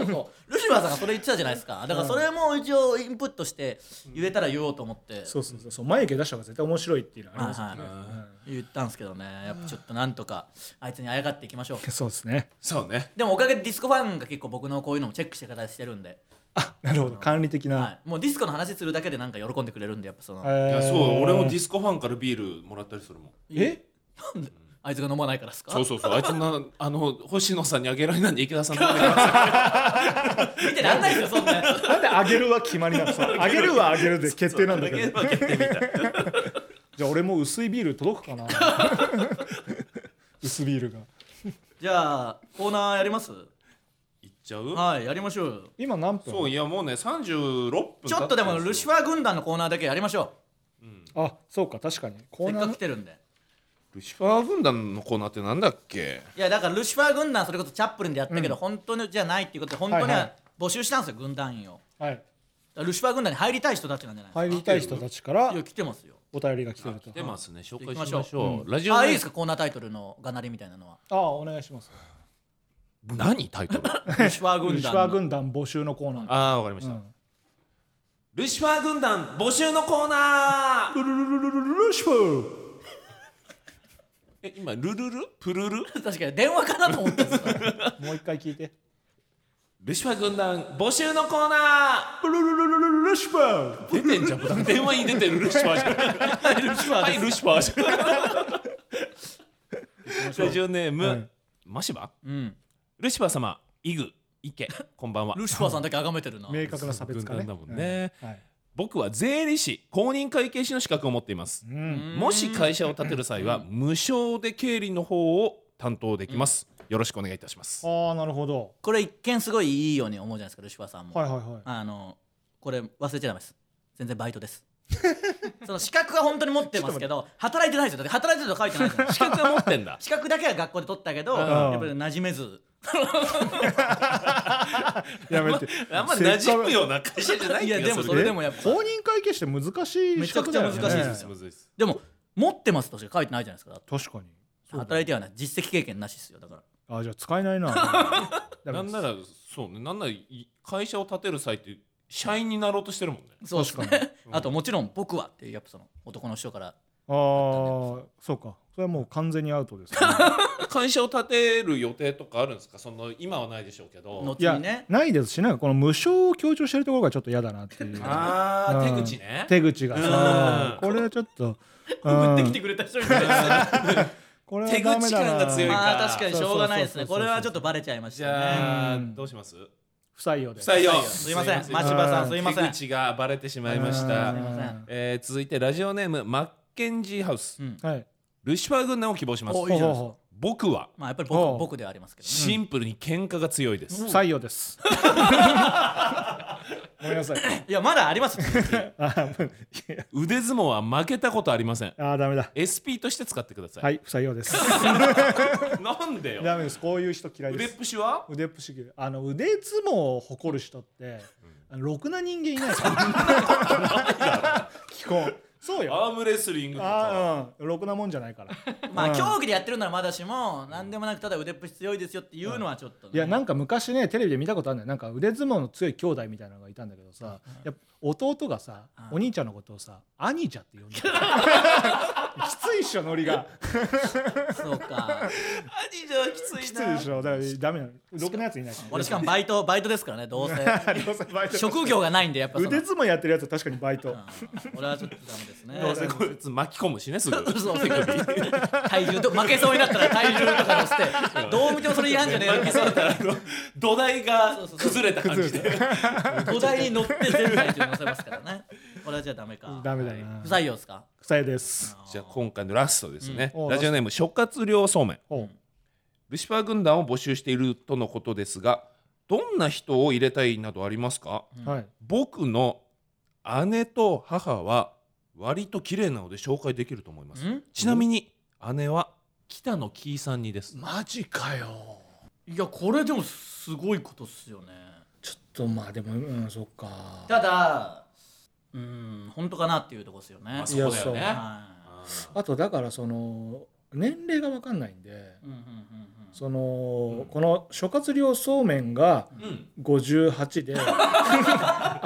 S3: うルシファーさんがそれ言ってたじゃないですかだからそれも一応インプットして言えたら言おうと思って
S2: そうそうそうそう眉毛出した方が絶対面白いっていうのありますよね、
S3: はい
S1: はい
S2: うん
S3: 言ったんですけどねやっぱちょっとなんとかあいつにあやかっていきましょう
S2: そうですね
S1: そうね
S3: でもおかげでディスコファンが結構僕のこういうのもチェックしてくださしてるんで、
S2: なるほど管理的な、
S3: はい、もうディスコの話するだけでなんか喜んでくれるんでやっぱその、
S1: いやそう俺もディ
S2: ス
S1: スコファンからビールもらったりするもん
S2: え
S3: あいつが飲まないからですか
S1: そうそうそうあいつなあの星野さんにあげられないんで池田さん飲んでくださ
S3: 見てらんないですよそんなやつ
S2: なんであげるは決まりなのさ あげるはあげるで決定なんだ
S1: い
S2: けど
S1: あげてみたい
S2: じゃあ俺も薄いビール届くかな 薄ビールが
S3: じゃあコーナーやります
S1: いっちゃう
S3: はいやりましょうよ
S2: 今何分
S1: そういやもうね36分
S3: ちょっとでもルシフ
S1: ァ
S3: ァー軍団のコーナーだけやりましょ
S2: あそうか確かに
S3: う
S2: コ
S3: せ
S2: ー
S3: っ
S2: ナ
S3: かく来
S2: ー
S3: てるんで
S1: ルシファー軍団のコーナーってなんだっけ
S3: いやだからルシファー軍団それこそチャップリンでやったけど、本当にじゃないっていうことで本当に
S2: はいは
S3: は募集したんですよ軍団員をだか
S2: はい
S3: らルシファー軍団に入りたい人たちなんじゃないですか
S2: 入りたい人たちから
S3: いや来てますよ
S2: お便りが来てると
S1: 来てますね紹介しまし
S3: 行きまし
S1: ょうラジオネーム
S3: あいいですかコーナータイトルのがなりみたいなのは
S2: ああお願いします
S1: 何タイトルあ
S3: ルシファー軍
S2: ルシ
S3: 団
S2: フ
S3: の
S2: ァー軍団募集のコーナー
S1: あわかりまし
S2: う
S1: た
S2: ん
S1: ルシファー軍団募集のコーナー
S2: ルシファ
S1: え今ルルルプルル
S3: 確かに電話かなと思ったんですよ
S2: ーもう一回聞いて
S1: ルシファー軍団募集のコーナ
S2: ルルルルルルルシファー
S1: ー出てんじゃん普段電話に出てるルシファーじゃんはいルシファーはいルシファーじゃんラジオネーム、
S2: はい
S1: マシバ
S3: うん
S1: ルシファー様イグイケこんばんは
S3: ルシファーさんだけ崇め てるな
S2: 明確な差別化ね
S1: 軍団だもんね
S2: うんはい
S1: 僕は税理士公認会計士の資格を持っています
S2: うん
S1: もし会社を建てる際は無償で経理の方を担当できますよろしくお願いいたします
S2: ああなるほど
S3: これ一見すごいいいように思うじゃないですかルシファーさんも、
S2: はいはいはい
S3: あのこれ忘れちゃダメです全然バイトですその資格は本当に持ってますけど働いてないですよだって働いてるとは書いてないです
S1: 資格は持ってんだ
S3: 資格だけは学校で取ったけど
S1: うん
S3: やっぱり馴染めず
S2: やめて
S1: あんま馴染むような会社じゃない
S3: い
S1: 気が
S3: や
S1: する
S3: でもそれでもやっぱ
S2: 公認会計士って難しい資格だよね
S3: めちゃくちゃ難しいですよ
S1: むずいです
S3: でも持ってますとしか書いてないじゃないですか
S2: 確かに
S3: 働いてはない実績経験なしですよだから
S2: あじゃあ使えないなダ
S1: な
S2: メ
S1: ん
S2: です
S1: ならそうねなんならい会社を建てる際って社員になろうとしてるもんね
S3: そうですね
S2: 確
S3: あともちろん僕はっていうやっぱその男の人から
S2: あーそうかそれはもう完全にアウトです、ね、
S1: 会社を建てる予定とかあるんですかその今はないでしょうけど
S3: 後
S2: いや
S3: にね
S2: ないですしなんかこの無償を強調してるところがちょっと嫌だなっていう
S1: あ
S2: う
S1: ー
S2: ん
S1: 手口ね
S2: 手口がさ
S1: うん
S2: これはちょっと
S3: 送って
S2: う
S3: き
S2: ん
S3: てくれた人みたいな
S2: これはダ
S1: 手
S2: メ
S1: 口感が
S2: だ
S1: 強い
S2: な
S3: まあ確かにしょうがないですね
S2: そうそうそうそう
S3: これはちょっとバレちゃいまし
S1: じ
S3: たね
S1: ゃあ
S2: うん
S1: どうします
S2: 不採用で
S1: 不
S2: す
S1: 採用
S3: すいません
S1: す
S3: マシバさんすいません
S1: 手口がバレてしまいまし
S2: う
S1: た
S2: ん
S3: すいま
S1: えー続いてラジオネームマッケンジーハウス
S3: うん
S2: はい
S1: ルシファー軍団を希望します
S3: おいいじゃない
S2: ほう
S3: ですか
S2: ほうほ
S1: 僕は
S3: まあやっぱり
S2: おう
S3: 僕僕ではありますけどね
S1: シンプルに喧嘩が強いで
S2: う
S1: す
S2: 不採用ですごめんなさい
S3: いやまだあり ますよ
S2: あー
S1: 腕相撲は負けたことありません
S2: あーダメだ
S1: SP として使ってください
S2: はい不採用です
S1: なんでよ
S2: ダメですこういう人嫌い
S1: 腕
S2: で
S1: っ
S2: す
S1: ぷしは
S2: 腕っぷしぎあの腕相撲を誇る人って、あのろくな人間いないから聞こう そうよ
S1: アームレスリングとか
S2: あうんろくなもんじゃないから
S3: ま
S2: う
S3: あ
S2: ん
S3: 競技でやってるならまだしも何でもなくただ腕っぷし強いですよっていうのはちょっとね
S2: いやなんか昔ねテレビで見たことあるんだよなんか腕相撲の強い兄弟みたいなのがいたんだけどさ、やっぱ弟がさ、
S3: うん
S2: お兄ちゃんのことをさ兄ちゃんって呼んでたきついっしょノリが
S3: そう
S1: 兄
S3: か
S1: じゃきつ
S2: きついでしょだからダメなのろくなやついないし
S3: 俺しかもバイトバイトですからねどうせ
S2: どうせバイト
S3: 職業がないんでやっぱその
S2: 腕相撲やってるやつは確かにバイト
S3: うん俺はちょっとダメですね
S1: どうせこいつ巻き込むしねすぐ
S3: そう手首体重と負けそうになったら体重とか押してどう見てもそれ違反じゃね えか
S1: 土台が
S3: そうそうそう
S1: 崩れた感じで
S3: 土台に乗って全体重乗せますからね俺はじゃあダメか
S2: ダメだ
S3: はい
S2: な
S3: 不採用ですか
S2: 臭いです
S1: じゃあ今回のラストですね、
S2: うん
S1: ラジオネーム諸葛亮そうめん
S2: おう
S1: ルシファー軍団を募集しているとのことですがどんな人を入れたいなどありますか
S2: はい
S1: 僕の姉と母は割と綺麗なので紹介できると思います
S3: ん
S1: ちなみに姉は北野キーさんにです
S4: マジかよ
S3: いやこれでもすごいことっすよね
S4: ちょっとまあでもうんそっか
S3: ただうん本当かなっていうとこですよね
S1: あそうだよ
S2: い
S1: ね
S2: や
S3: は
S4: あとだからその年齢が分かんないんで
S3: いうんうんうんうん
S4: その、
S1: うん
S4: この諸葛亮そうめんが
S1: うん
S4: 58で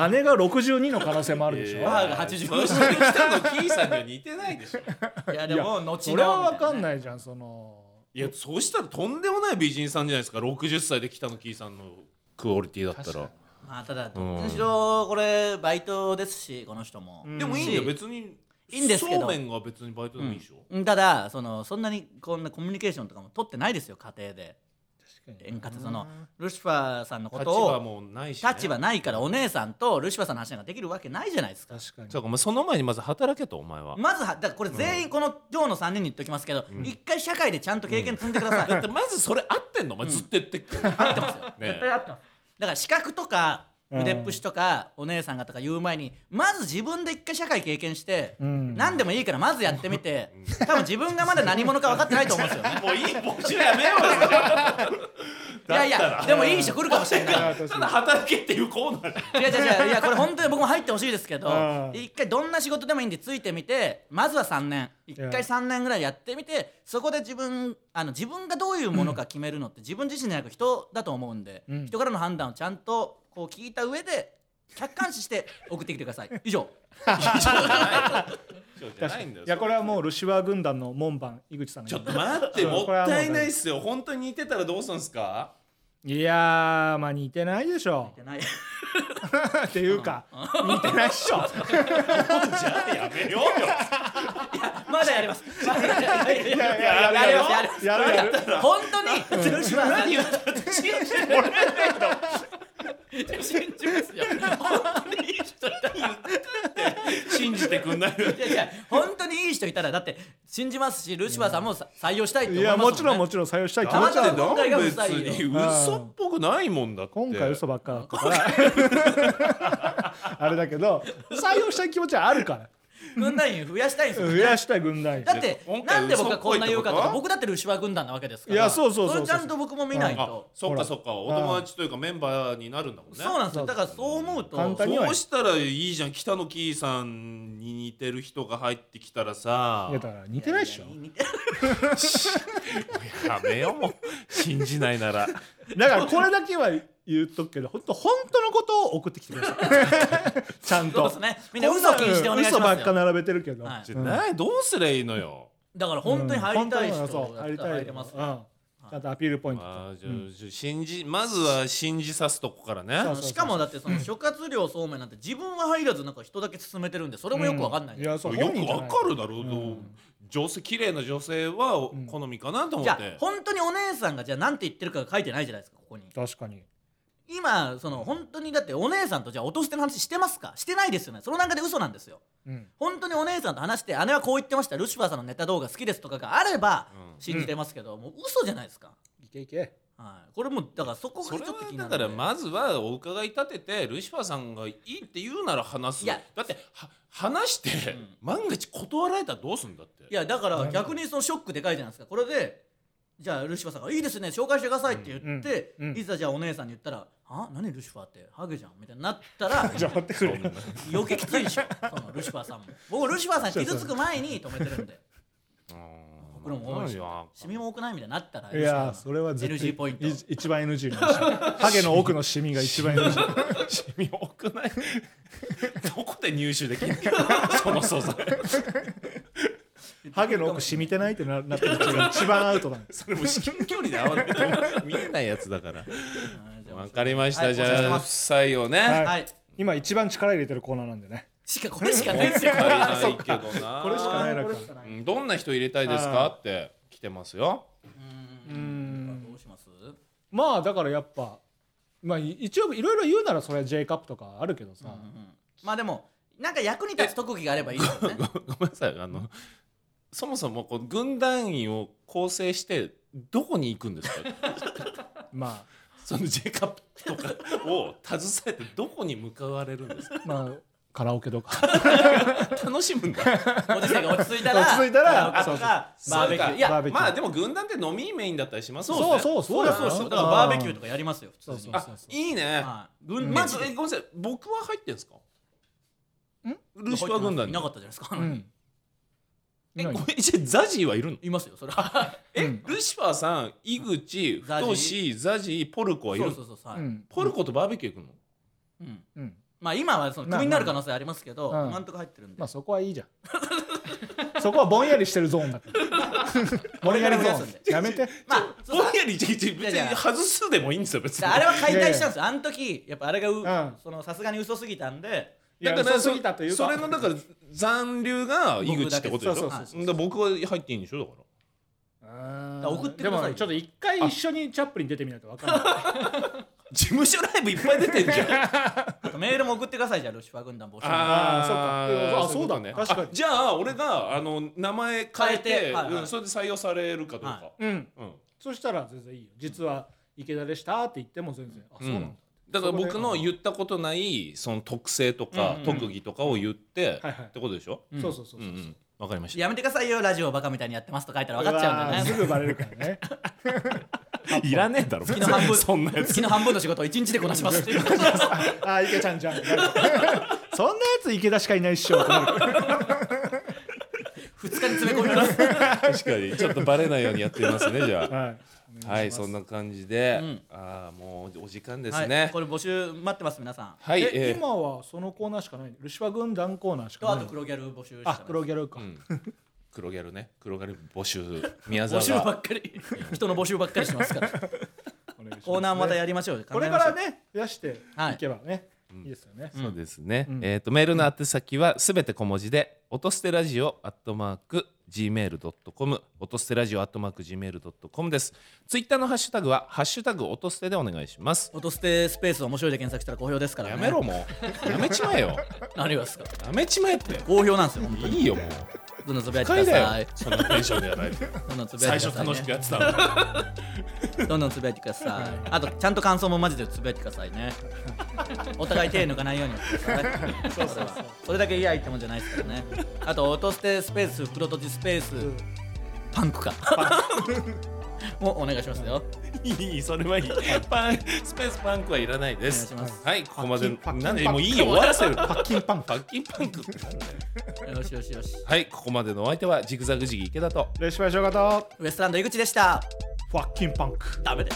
S4: 姉が62の可能性もあるでしょ、
S1: えー
S3: 母が80
S1: そして北野キーさんには似てないでしょ
S3: いやでも後の
S4: それは分かん
S3: い
S4: ないじゃんその
S1: いやそうしたらとんでもない美人さんじゃないですか60歳で北野キーさんのクオリティだったら
S3: まあただどっちにしろこれバイトですしこの人も
S2: うん
S1: でもいいんだよ別に
S3: いいんですけど
S1: そうめんが別にバイトでもいいでしょ、
S3: うんただそのそんなにこんなコミュニケーションとかも取ってないですよ家庭で円滑そのルシファーさんのこ
S1: 立
S3: と
S1: 場
S3: を
S1: もないし、ね、
S3: 立場ないからお姉さんとルシファーさんの話なんかできるわけないじゃないですか
S4: 確かに
S1: そうかお前その前にまず働けとお前は、
S3: まずはだからこれ全員この今日の3人に言っときますけど一回社会でちゃんと経験積んでください
S1: だってまずそれ合ってんのお前ずっと言ってっから、
S3: 合ってますよ
S1: ね
S3: 絶対合ってますだから資格とか
S2: うん
S3: 腕っぷしとかお姉さんがとか言う前にまず自分で一回社会経験して
S2: ん
S3: 何でもいいからまずやってみて多分自分がまだ何者か分かってないと思うんですよね
S1: もういい募集やめようよ
S3: いやい
S1: だったら
S3: やでもいい人来るかもしれない
S2: あ確か
S1: た
S2: に
S1: だ働けっていうコーナー
S3: いやいやいや いやこれ本当に僕も入ってほしいですけど
S2: うん
S3: 一回どんな仕事でもいいんでついてみてまずは3年一
S2: いや
S3: 回3年ぐらいやってみてそこで自分あの自分がどういうものか決めるのって自分自身じゃなく人だと思うんで、
S2: うん
S3: 人からの判断をちゃんとこう聞いた上で客観視して送ってきてください以上
S1: じゃないんだよ
S2: いやこれはもうルシファー軍団の門番井口さんが
S1: ちょっと待って
S2: うん
S1: もっ
S2: これはもう
S1: たいないっすよ本当に似てたらどうすんすか
S2: いやーまあ似てないでし ょ
S3: じゃない
S2: っていうか似てないっしょ
S1: じゃあやめようよ
S3: ま だやりますまだやります
S2: や
S3: やりますや
S2: や
S3: ります
S2: るやる
S3: 本当にルシファーさん
S1: 言ったって信じてもらえないんだもん
S3: 信じますよ本当にいい人だ
S1: 信じてくんない
S3: いやいや本当にいい人いたらだって信じますしルシファーさんもさ採用したいって思
S2: い
S3: いま
S2: や
S3: すもん、ね、
S2: もちろんもちろん採用したい気持
S3: ま
S2: ち
S3: だ今回が
S1: 別
S3: 嘘いいよ
S1: に嘘っぽくないもんだって
S2: 今回嘘ばっかだったからあれだけど採用したい気持ちはあるから
S3: 軍団員増やしたいんですよ、
S2: 増やしたい軍団員
S3: だって
S1: 今回
S3: なんで僕がこんな言うかと
S1: 嘘っぽいってこと
S3: か僕だってルシファー軍団なわけですか
S2: い
S3: ら
S2: やそうそうそうそう
S3: れちゃんと僕も見ない
S1: あ
S3: と、
S1: そっ
S2: ほ
S1: からそっかお友達というかメンバーになるんだもんね
S3: そうなんですよだからそう思うと
S2: 簡単には
S1: そうしたらいいじゃん北野キーさんに似てる人が入ってきたらさ
S2: いやだから似てないっしょ
S3: 似て
S1: やめようもう信じない なら
S2: だからこれだけは言っとくけど本当本当のことを送ってきてください ちゃん
S3: そ
S2: と
S3: うですねみんな嘘禁止でお願いし
S2: 嘘ば
S3: ま
S2: っ
S3: す
S2: か
S3: よ
S2: 並べてるけど
S3: はい
S1: じゃあなどうすりゃいいのよ
S3: だから本当に入りたい人
S2: うん
S3: だ
S2: 本
S3: っ
S2: 当に
S3: たら
S2: 入りた
S3: 入
S2: い
S3: れます
S2: うんちゃんとアピールポイント
S1: あーじ
S2: と
S1: ゃあじゃあ信じまずは信じさすとこからね
S2: そう
S3: しかもだってその諸葛亮そうめんなんて自分は入らずなんか人だけ勧めてるんでそれ
S2: うん
S3: もよくわかんないん
S2: い
S3: ですよ
S2: やそう
S1: よ
S2: 本
S1: く
S2: 人じゃ
S1: わ
S2: ない
S1: かるだろうと、女性綺麗な女性はお好みかなと思
S3: じ
S1: っ
S3: ゃあ
S1: て、
S3: 本当にお姉さんがじゃあなんて言ってるかが書いてないじゃないですかここに
S2: 確かに
S3: 今その本当にだってお姉さんとじゃあ落としての話してますかしてないですよねその中で嘘なんですよ
S2: うん
S3: 本当にお姉さんと話して姉はこう言ってましたルシファーさんのネタ動画好きですとかがあれば
S1: うん
S3: 信じてますけど、もう嘘じゃないですか、
S2: いけいけ
S3: はい、これもうだからそこがち
S1: そ
S3: ょっ
S1: れ
S3: と
S1: は
S3: 気にな
S1: だ
S3: る
S1: か
S3: んで
S1: らまずはお伺い立ててルシファーさんがいいって言うなら話す
S3: いや
S1: だっては話して、
S3: ん
S1: 万が一断られたらどうすんだって
S3: いやだから逆にそのショックでかいじゃないですかこれでじゃあルシファーさんが「いいですね紹介してください」って言って、
S2: うんうん
S3: いざじゃあお姉さんに言ったら「あ何ルシファーってハゲじゃん」みたいになったら
S2: じゃあ待ってくれよ
S3: 余計きついでしょそのルシファーさんも僕ルシファーさん傷つく前に止めてるんで僕らも多いしシミも多くないみたいになったら
S2: いやーそれは絶対
S3: NG ポイント
S2: い一番 NG な話ハゲの奥のシミが一番 NG
S1: シミ多く ないどこで入手できるのその素材
S2: ハゲの奥染みてないってななってる人が一番アウトなんです。
S1: それも至近距 離で会わないと見えないやつだからわかりました、
S3: はい
S1: じ
S3: お願いし
S1: ゃあ
S3: ま
S1: 不採用ね、
S2: はい
S3: はい
S2: 今一番力入れてるコーナーなんでね。
S3: しかこれしかないですよ
S1: いないけどな
S2: これしかないの
S3: こ
S2: か
S3: れしかな
S1: う
S3: い
S1: んどんな人入れたいですか
S2: はい
S1: って来てますよ
S3: う
S2: う
S3: ー
S2: ん
S3: んどうします
S2: まあだからやっぱ、まあい一応いろいろ言うならそれは J カップとかあるけどさ。
S3: まあでもなんか役に立つ特技があればいいですよね
S1: ごごめんなさいあのそもそもこう軍団員を構成してどこに行くんですか
S2: ま
S1: その J カップとかを携えてどこに向かわれるんですか
S2: あ、まあ、カラオケとか。
S1: 楽しむ んだ
S3: ご時世が落ち着いたら
S2: 落ち着いたら
S3: カラオケとかバーベキュ
S1: そうか
S3: ーい や
S2: バーベキュー
S1: まあでも軍団って飲みメインだったりしますもんね
S2: そうそうそう
S3: そ
S2: だ
S3: う
S2: よ
S3: そうそうだから
S2: うん
S3: バーベキューとかやりますよ普通に
S2: そうそう
S1: あいいね、
S3: はい
S1: 軍まずえごめんなさい僕は入ってんですかルシファー軍団
S3: い
S1: に
S3: なかったじゃないですか、
S2: うん。
S1: え
S2: いない
S1: ごめんじゃあザジーはいるの
S3: いますよそれは
S1: え、
S2: うん
S1: ルシファーさん井口
S3: ザジー
S1: 太志ザジーポルコはいる
S3: そう
S1: の
S3: そうそうそう
S2: う
S3: はい、
S2: ん。
S1: ポルコとバーベキュー行くの、
S3: うん
S2: うん。
S3: まあ今はその
S2: まあ
S3: クビになる可能性ありますけど、
S2: まあ
S3: 今んとこ入ってるんで、
S2: まあそこはいいじゃん。 そこはぼんやりしてるゾーンだから。ぼんやりゾーン。やめて。
S3: まあそう
S1: ぼんやりじゃじゃ別
S3: いやい
S1: に
S3: や
S1: 外すでもいいんですよ別に
S3: だあれは解体したんですよあの時やっぱあれがう、
S2: ん
S3: そのさすがに嘘すぎたんで
S2: いや
S1: だから
S2: 嘘すぎたというか
S1: それのだから残留が井口ってことでしょだ
S2: 僕だけそうそうそう
S3: そう
S1: から僕は入っていいんでしょだから
S2: うん
S3: だから送ってくださいよ
S2: でもちょっと一回一緒にチャップリン出てみないと分かんない
S1: 事務所ライブいっぱい出てんじゃん
S3: あとメールも送ってくださいじゃあルシファー軍団募集
S1: ー
S2: あーそうかあそうだね確かに
S1: あじゃあ俺があの名前変えて
S3: 変えてはいはい
S1: うんそれで採用されるかどうか、
S3: は
S2: うん
S1: うん、
S2: そしたら全然いいよ実は池田でしたって言っても全然、あそうなんだ、
S1: うんだから僕の言ったことないその特性とか
S3: うんうん
S1: 特技とかを言って
S2: はいはい
S1: ってことでしょ
S3: ん
S2: そうそうそう
S1: う
S2: そ
S1: んう
S2: うん
S1: わかりました
S3: やめてくださいよラジオバカみたいにやってますと書いたら分かっちゃうんだ
S2: うわ
S3: よ
S2: ー
S3: ね
S2: すぐバレるからね
S1: いらねえだろ
S3: 月の半分
S1: そんなやつ
S3: 月の半分の仕事を一日でこなしますっていう
S2: あー池ちゃんじゃんそんなやつ池田しかいないっしょってなるから
S3: 二日に詰め込みます
S1: 確かにちょっとバレないようにやってますねじゃあ
S2: はい
S1: はい、そんな感じで、
S3: うん
S1: ああもうお時間です
S3: はい
S1: ね。
S3: これ募集待ってます皆さん
S1: はい、
S2: え
S1: えー
S2: 今はそのコーナーしかないルシファ軍団コーナーし
S3: と
S2: か
S3: あ
S2: な
S3: と
S2: い
S3: 黒ギャル募集してます
S2: あ黒ギャルか、
S1: うん、黒ギャルね、黒ギャル募集、宮
S3: 募
S1: 沢
S3: 集ば
S1: が
S3: っかり人の募集ばっかりして ますから
S2: お願いします
S3: コーナーまたやりましょう
S2: これからね増やしていけばね、
S1: い
S2: い、いですよね、
S1: そうですね。
S2: うん
S1: えっ、とメールの宛先はすべて小文字で、音捨てラジオアットマーク gmail ドットコム、音捨てラジオアットマーク gmail ドットコムです。ツイッターのハッシュタグはハッシュタグ音捨てでお願いします。
S3: 音捨てスペース面白いで検索したら好評ですからね
S1: やめろもう、やめちまえよ、
S3: 何がですか
S1: やめちまえって。
S3: 好評なんですよ本当に
S1: いいよもう。
S3: どんどんつぶやいてく
S1: 快
S3: だ
S1: だ
S3: さ
S1: よ
S3: い。
S1: そんなテンションでやらないで。
S3: どんどんつ ぶや
S1: 最
S3: いて
S1: 初
S3: ください
S1: 楽しくや
S3: ね
S1: ってたのに。
S3: どんどんつぶやいてくださいあとちゃんと感想もマジでつぶやいてください ねお互い手抜かないようにやってくださいねそれはそれだけ嫌いってもんじゃないですからねあと音捨てスペース袋とじスペースパンクか もうお願いしますよ
S1: いいそれはいいパンスペースパンクはいらないです
S3: お願いします
S1: はいここまで
S2: パッキン
S1: なんで
S2: パッキン
S1: もういいよ終わらせる
S2: パッキンパン
S1: パッキンパンクってなんだよ
S3: よしよしよし
S1: はいここまでのお相手はジグザグジギ池田と
S2: ルシファー正方
S3: ウエストランド井口でした
S2: ファッキンパンク
S3: ダメだよ